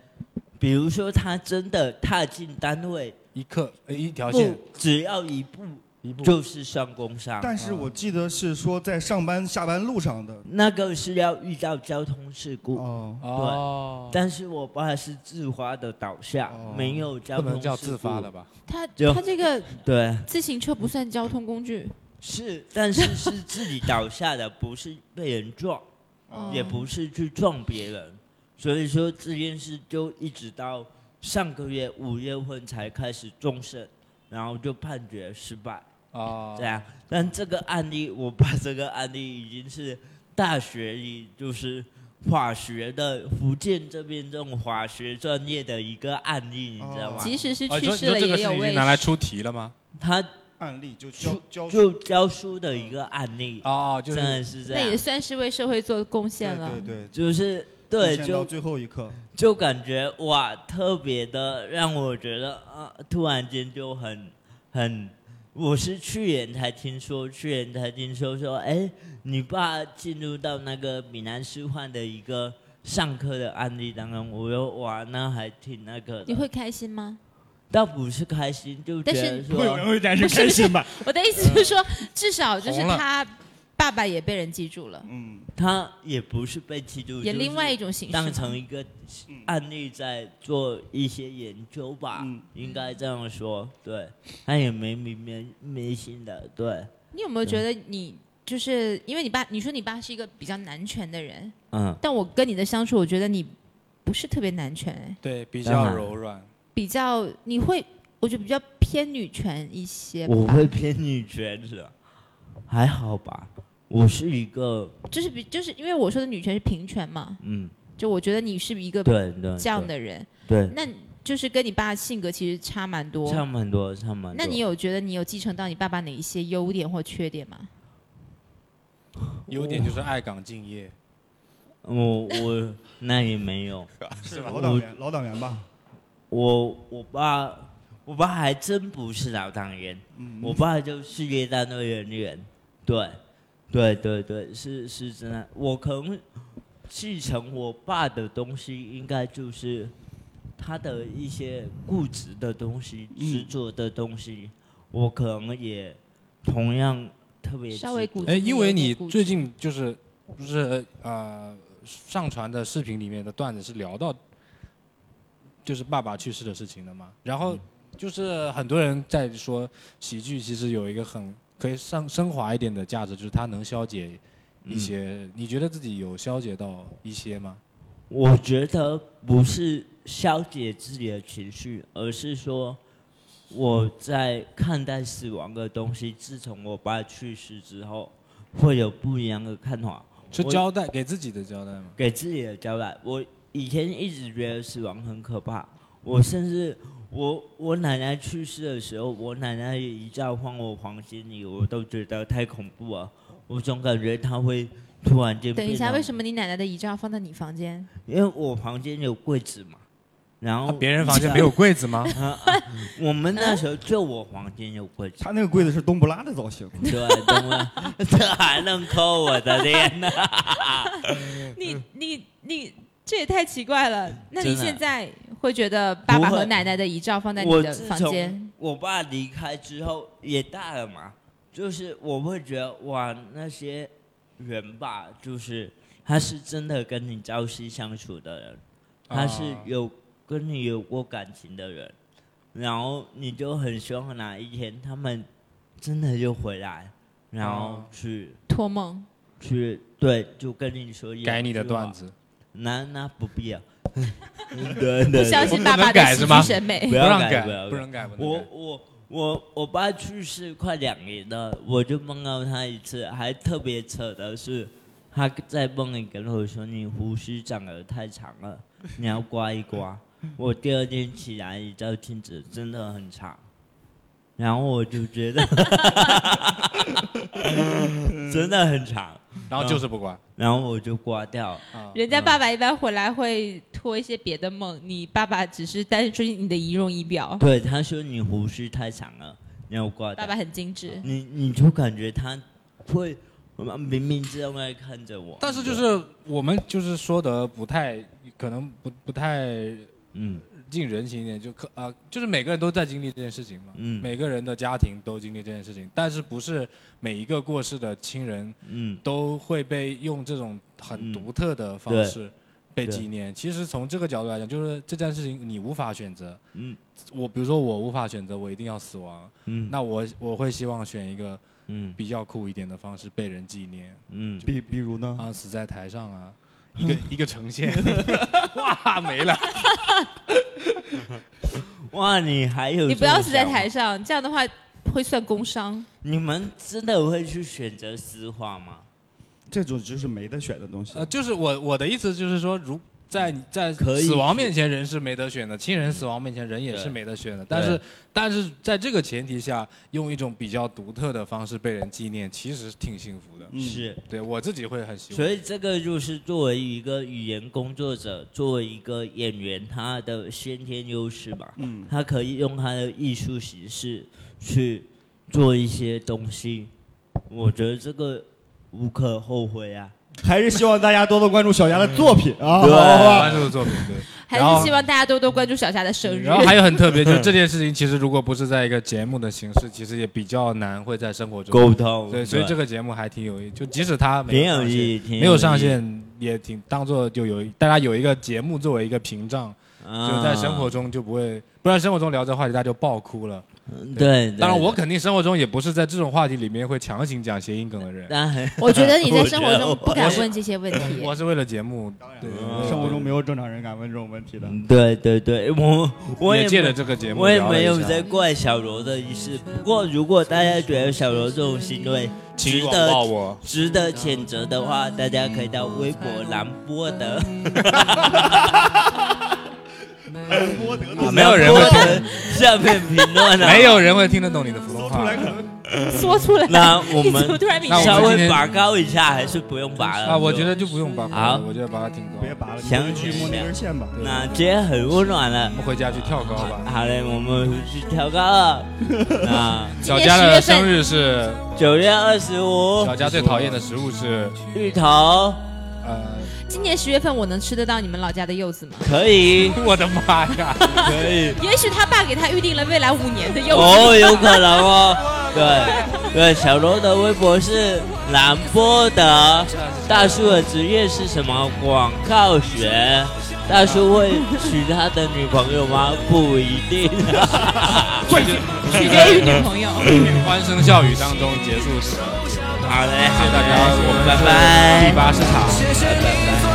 C: 比如说他真的踏进单位，
B: 一刻呃一条
C: 不
B: 线
C: 只要一步
B: 一步
C: 就是算工伤。
D: 但是我记得是说在上班下班路上的
C: 那个是要遇到交通事故，
D: 哦。
B: 哦，
C: 但是我爸是自发的倒下，
D: 哦
C: 没有交
B: 不
C: 通事故。
B: 能叫自发的吧？
E: 他
C: 就
E: 他这个
C: 对，
E: 自行车不算交通工具，
C: 是，但是是自己倒下的，不是被人撞，
B: 嗯
E: 哦
C: 也不是去撞别人，所以说这件事就一直到上个月五月份才开始重审，然后就判决失败。
B: 啊，
C: 这样，但这个案例，我把这个案例已经是大学里就是法学的福建这边这种法学专业的一个案例，你知道吗
D: 哦？
E: 嗯即使是
B: 哦你
E: 去
B: 说你
E: 世
B: 说
E: 了
B: 这个
E: 也
B: 事
E: 有
B: 情已
E: 位
B: 经拿来出题了吗？
C: 他
D: 案例就教教
C: 就教书的一个案例，
B: 哦，就
C: 真
B: 是
C: 的是这
E: 那也
C: 样，
E: 算是为社会做贡献了。
D: 对对
C: 就是对，
D: 对，贡献到
C: 就
D: 最后一刻，
C: 就感觉哇，特别的让我觉得啊，突然间就很很。我是去年才听说，去年才听说说，哎，你爸进入到那个闽南师范的一个上课的案例当中，我说哇，那还挺那个
E: 你
C: 的，
E: 会开心吗？
C: 倒不是开心，就觉
E: 但
C: 得
E: 是
C: 说
D: 会感
E: 不是不是
D: 吧？
E: 我的意思是说，至少就是
B: 嗯红了
E: 他爸爸也被人记住了，
D: 嗯，
C: 他也不是被记
B: 嗯
C: 住，
E: 也
C: 就是
E: 另外一种形式。
C: 当成一个案例在做一些研究吧，
D: 嗯
C: 应该这样说。对，他也没迷没迷信的，对，
E: 你有没有觉得你就是因为你爸，你说你爸是一个比较男权的人，
C: 嗯，
E: 但我跟你的相处，我觉得你不是特别男权，哎
B: 对，比
C: 当
B: 较
C: 然
B: 柔软。
E: 比较你会，我觉得比较偏女权一些吧。
C: 我会偏女权的，还好吧。我是一个，
E: 就是比就是因为我说的女权是平权嘛，
C: 嗯，
E: 就我觉得你是一个
C: 对对，
E: 这样
C: 对，
E: 的人，
C: 对，
E: 那就是跟你爸性格其实差蛮多。
C: 差蛮多，差蛮多。
E: 那你有觉得你有继承到你爸爸哪一些优点或缺点吗？
B: 优点就是爱岗敬业，
C: 我我那也没有，
D: 是老党员，老党员吧？
C: 我我爸我爸还真不是老党员，
D: 嗯，
C: 我爸就是业单位人员，对，对对对，是是真的。我可能继承我爸的东西，应该就是他的一些固执的东西、执着的东西，我可能也同样特别
E: 稍微
C: 执着
E: 固执
B: 哎，因为你
E: 有点固执
B: 最近就是不是呃上传的视频里面的段子是聊到就是爸爸去世的事情的嘛，然
E: 嗯
B: 后就是很多人在说喜剧其实有一个很可以上升华一点的价值，就是它能消解
E: 嗯
B: 一些。你觉得自己有消解到一些吗？
C: 我觉得不是消解自己的情绪，而是说我在看待死亡的东西，自从我爸去世之后，会有不一样的看法。
B: 是
C: 我
B: 交代给自己的交代吗？
C: 给自己的交代。我以前一直觉得死亡很可怕，我甚至我我奶奶去世的时候，我奶奶一觉放我房间里，我都觉得太恐怖了。我总感觉她会突然间
E: 等
C: 变
E: 一下，
C: 成
E: 为什么你奶奶的遗照要放在你房间？
C: 因为我房间有柜子嘛，然
B: 啊
C: 后
B: 别人房间没有柜子吗？
C: 我们
E: 嗯
C: 那时候就我房间有柜子，
D: 他那个柜子是冬不拉的造型，
C: 对，懂吗？这还能抠？我的天 哪！
E: 你你你，这也太奇怪了。那你
C: 嗯真的
E: 现在会觉得爸爸
C: 不会
E: 和奶奶的遗照放在你
C: 我
E: 的
C: 自
E: 房
C: 从
E: 间？
C: 我爸离开之后也大了嘛，就是我会觉得哇，那些人吧，就是他是真的跟你朝夕相处的人，他是
B: 啊
C: 有跟你有过感情的人，然后你就很希望哪一天他们真的就回来，然后
B: 啊
C: 去、
E: 托梦，
C: 去对，就跟你说一 样
B: 改你的
C: 句话
B: 段，子，
C: 那那不必啊要，对
E: 不
C: 对
E: 相
C: 对，
E: 信
B: 不
E: 爸
B: 能
E: 爸的
B: 改
E: 喜
B: 是吗
E: 剧审美
C: 不。要
B: 让
C: 改，
B: 改，
C: 要
B: 不
C: 改。
B: 能改，不能
C: 我
B: 改。
C: 我我我爸去世快两年了，我就梦到他一次，还特别扯的是，他在梦里跟我说：“你胡须长得太长了，你要刮一 刮。”我第二天起来一照镜子，真的很长，然后我就觉 得真的很长，
B: 然后就是不管
C: 然后我就刮掉了。
B: 啊，
E: 人家爸爸一般回来会托一些别的梦，你爸爸只是单纯你的仪容仪 表。
C: 对，他说你胡须太长了，你要刮掉
E: 爸。爸很精致，
C: 你你就感觉他会明明知道在看着我，
B: 但是就是我们就是说的不太可能不不太
C: 嗯
B: 近人情一点，就可啊、就是每个人都在经历这件事情嘛，
C: 嗯
B: 每个人的家庭都经历这件事情，但是不是每一个过世的亲人
C: 嗯
B: 都会被用这种很
C: 嗯
B: 独特的方
C: 对
B: 式被
C: 嗯对
B: 纪念。其实从这个角度来讲，就是这件事情你无法选择。
C: 嗯
B: 我比如说我无法选择我一定要死亡，
C: 嗯
B: 那我我会希望选一个
C: 嗯
B: 比较酷一点的方式被人纪念。
C: 嗯，
D: 比比如呢？
B: 啊，死在台上啊，一个一个呈 现，哇，没了。
C: 哇，你还有
E: 你不要
C: 嗯是
E: 死在台，上，这样的话会算工伤。
C: 你们真的会去选择实话吗？
D: 这种就是没得选的东西
B: 呃，。就是我我的意思就是说，如在你在
C: 可以嗯
B: 死亡面前人是没得选的，亲人死亡面前人也是
C: 对
B: 没得选的。但是但是在这个前提下，用一种比较独特的方式被人纪念，其实挺幸福的。
D: 嗯，
C: 是，
B: 对我自己会很喜
C: 所
B: 欢。
C: 以这个就是作为一个语言工作者，作为一个演员，他的先天优势吧，
D: 嗯，
C: 他可以用他的艺术形式去做一些东西，我觉得这个无可厚非啊。
D: 还是希望大家多多关注小霞的作品啊，好
C: 对
D: 不好？
B: 关注作品对。
E: 还
B: 然后
E: 是希望大家多多关注小霞的生日
B: 嗯然。后还有很特 别，就是这件事情，其实如果不是在一个节目的形式，其实也比较难会在生活中
C: 沟通，
B: 对，所以这个节目还挺有意，就即使它没
C: 挺
B: 有
C: 有
B: 上线
C: 意义，挺
B: 没有
C: 意义
B: 上，线，也挺当做就有大家有一个节目作为一个屏障，就
C: 就
B: 在生活中就不会，不然生活中聊这话题大家就爆哭了。
C: 对，
B: 当然，我
C: 对
B: 肯定生活中也不是在这种话题里面会强行讲谐音梗 的人，
C: 但很
E: 我觉得你在生活中不
C: 我
E: 敢
C: 觉得
E: 问这些问题。
B: 我是为了节目，对
C: 嗯
D: 生活中没有正常人敢问这种问题的。
C: 我对对对，我我
B: 也
C: 也
B: 借
C: 没
B: 着这个节目
C: 我也
B: 聊了
C: 没
B: 一下，
C: 有在怪小柔的意思，不过如果大家觉得小柔这种行为
B: 请
C: 值
B: 网暴
C: 得
B: 我。
C: 值得谴责的话，大家可以到微博兰波德，
D: 波德
B: 啊没有人会
C: 兰波德 下面评论啊了，
B: 没有人会听得懂你的啊普通话。
E: 说出来，
C: 那我
E: 你怎么
C: 们
E: 突然明
B: 那我们
E: 白
C: 稍
E: 了？
B: 今
C: 微
B: 天
C: 拔高一下，还是不用拔了
B: 啊，我觉得就不用拔高了，
C: 好
B: 我觉得拔的挺高。
D: 别拔了，
C: 想
D: 你去摸那根线吧。
C: 那今天很温暖了
B: 我。们回家去跳高吧。
C: 好嘞，我们回去跳 高了。那
E: 今
B: 小
E: 年
B: 佳
E: 10月
B: 的
E: 份
B: 生日是
C: 九月二十五，
B: 小佳最讨厌的食物是
C: 芋头
B: 呃，
E: 今年十月份我能吃得到你们老家的柚子吗？
C: 可以，
B: 我的妈呀！
C: 可以，
E: 也许他爸给他预定了未来五年的柚 子。
C: 哦，有可能哦。对，对，小罗的微博是兰波德，大叔的职业是什么？广告学。大叔会娶他的女朋友吗？不一定。
B: 最近
E: 取决于女朋友。
B: 欢声笑语当中结束时，
C: 好嘞，
B: 谢谢大家，我们
C: 拜拜
B: 第八市场。
C: 拜拜。